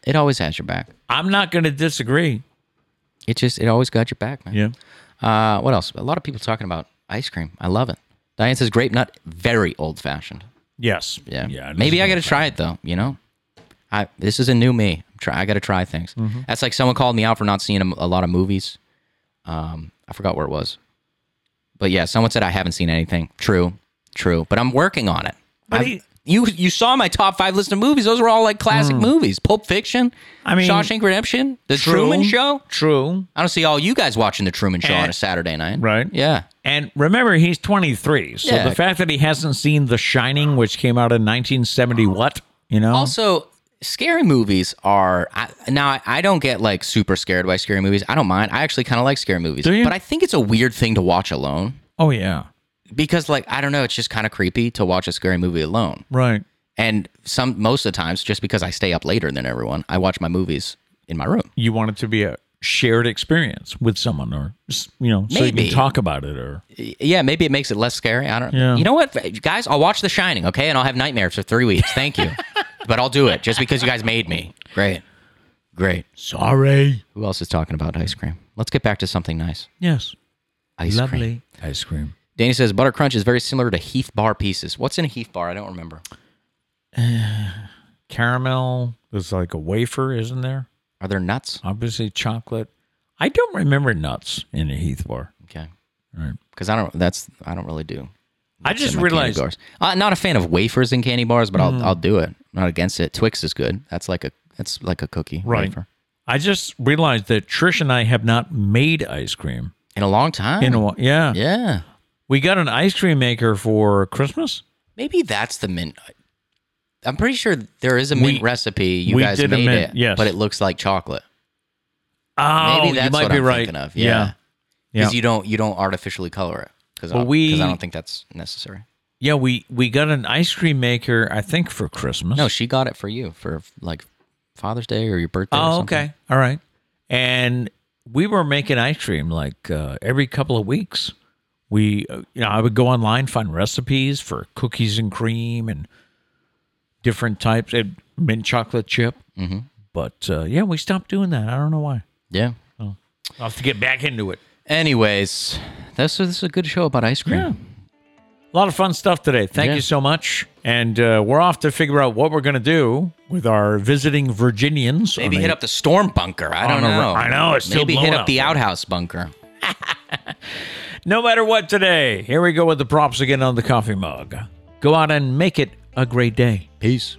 [SPEAKER 1] It always has your back.
[SPEAKER 2] I'm not going to disagree.
[SPEAKER 1] It just it always got your back, man.
[SPEAKER 2] Yeah.
[SPEAKER 1] Uh, what else? A lot of people talking about ice cream. I love it. Diane says grape nut, very old fashioned.
[SPEAKER 2] Yes.
[SPEAKER 1] Yeah.
[SPEAKER 2] Yeah.
[SPEAKER 1] Maybe I got to try it though. You know, I this is a new me. I'm try, I got to try things.
[SPEAKER 2] Mm-hmm.
[SPEAKER 1] That's like someone called me out for not seeing a, a lot of movies. Um, I forgot where it was, but yeah, someone said I haven't seen anything. True, true. But I'm working on it.
[SPEAKER 2] But
[SPEAKER 1] I've-
[SPEAKER 2] he- Mm.
[SPEAKER 1] you you saw my top five list of movies. Those were all like classic movies: Pulp Fiction,
[SPEAKER 2] I mean,
[SPEAKER 1] Shawshank Redemption, The Truman Show.
[SPEAKER 2] True.
[SPEAKER 1] I don't see all you guys watching The Truman Show on
[SPEAKER 2] Eh,
[SPEAKER 1] a Saturday night.
[SPEAKER 2] right.
[SPEAKER 1] Yeah.
[SPEAKER 2] And remember, he's 23. So
[SPEAKER 1] Yeah.
[SPEAKER 2] the fact that he hasn't seen The Shining, which came out in 1970, what? You know?
[SPEAKER 1] Also, scary movies are I, now. I, I don't get like super scared by scary movies. I don't mind. I actually kind of like scary movies.
[SPEAKER 2] Do you?
[SPEAKER 1] But I think it's a weird thing to watch alone
[SPEAKER 2] oh, yeah.
[SPEAKER 1] because, like, I don't know. It's just kind of creepy to watch a scary movie alone.
[SPEAKER 2] Right.
[SPEAKER 1] And some most of the times, just because I stay up later than everyone, I watch my movies in my room.
[SPEAKER 2] You want it to be a shared experience with someone or s- you know so you can
[SPEAKER 1] Maybe.
[SPEAKER 2] talk about it or
[SPEAKER 1] Yeah, maybe it makes it less scary. I don't.
[SPEAKER 2] Yeah.
[SPEAKER 1] You know what, guys? I'll watch The Shining, okay, and I'll have nightmares for three weeks. Thank you, but I'll do it just because you guys made me. Great, great.
[SPEAKER 2] sorry
[SPEAKER 1] Who else is talking about ice cream? Let's get back to something nice.
[SPEAKER 2] yes
[SPEAKER 1] Ice cream.
[SPEAKER 2] ice cream
[SPEAKER 1] Danny says butter crunch is very similar to Heath bar pieces. What's in a Heath bar? I don't remember.
[SPEAKER 2] caramel there's like a wafer isn't there
[SPEAKER 1] Are there nuts?
[SPEAKER 2] obviously chocolate i don't remember nuts in a heath bar
[SPEAKER 1] Okay.
[SPEAKER 2] Right.
[SPEAKER 1] Because I don't. That's I don't really do.
[SPEAKER 2] i
[SPEAKER 1] nuts in
[SPEAKER 2] just
[SPEAKER 1] my candy
[SPEAKER 2] realized
[SPEAKER 1] bars. I'm not a fan of wafers in candy bars, but
[SPEAKER 2] Mm.
[SPEAKER 1] I'll I'll do it. I'm not against it. Twix is good. That's like a that's like a cookie
[SPEAKER 2] Right.
[SPEAKER 1] wafer.
[SPEAKER 2] i just realized that trish and i have not made ice cream
[SPEAKER 1] In a long time.
[SPEAKER 2] in a while yeah
[SPEAKER 1] yeah.
[SPEAKER 2] we got an ice cream maker for christmas
[SPEAKER 1] Maybe that's the mint. I'm pretty sure there is a mint
[SPEAKER 2] We-
[SPEAKER 1] recipe. You
[SPEAKER 2] we
[SPEAKER 1] guys
[SPEAKER 2] did a
[SPEAKER 1] made
[SPEAKER 2] mint,
[SPEAKER 1] it,
[SPEAKER 2] yes.
[SPEAKER 1] but it looks like chocolate.
[SPEAKER 2] oh
[SPEAKER 1] Maybe that's
[SPEAKER 2] you might
[SPEAKER 1] what
[SPEAKER 2] be
[SPEAKER 1] I'm
[SPEAKER 2] right
[SPEAKER 1] thinking of. Yeah,
[SPEAKER 2] Yeah.
[SPEAKER 1] because you don't you don't artificially color it because
[SPEAKER 2] Well,
[SPEAKER 1] I,
[SPEAKER 2] we-
[SPEAKER 1] 'cause I don't think that's necessary.
[SPEAKER 2] Yeah, we we got an ice cream maker, I think, for Christmas.
[SPEAKER 1] No, she got it for you for like Father's Day or your birthday. or
[SPEAKER 2] oh,
[SPEAKER 1] something.
[SPEAKER 2] okay, all right. And we were making ice cream like uh, every couple of weeks. We, uh, you know, I would go online find recipes for cookies and cream and different types and mint chocolate chip. Mm-hmm. But uh, yeah, we stopped doing that. I don't know why.
[SPEAKER 1] Yeah.
[SPEAKER 2] I'll have to get back into it.
[SPEAKER 1] Anyways, this this is a good show about ice cream.
[SPEAKER 2] Yeah. A lot of fun stuff today. Thank
[SPEAKER 1] Yeah.
[SPEAKER 2] you so much. And uh, we're off to figure out what we're going to do with our visiting Virginians.
[SPEAKER 1] Maybe
[SPEAKER 2] on a-
[SPEAKER 1] hit up the storm bunker. I don't
[SPEAKER 2] a ra-
[SPEAKER 1] know.
[SPEAKER 2] I know, it's still
[SPEAKER 1] maybe hit
[SPEAKER 2] blowing
[SPEAKER 1] up
[SPEAKER 2] out
[SPEAKER 1] the
[SPEAKER 2] there.
[SPEAKER 1] outhouse bunker.
[SPEAKER 2] No matter what today, here we go with the props again on the coffee mug. Go out and make it a great day.
[SPEAKER 1] Peace.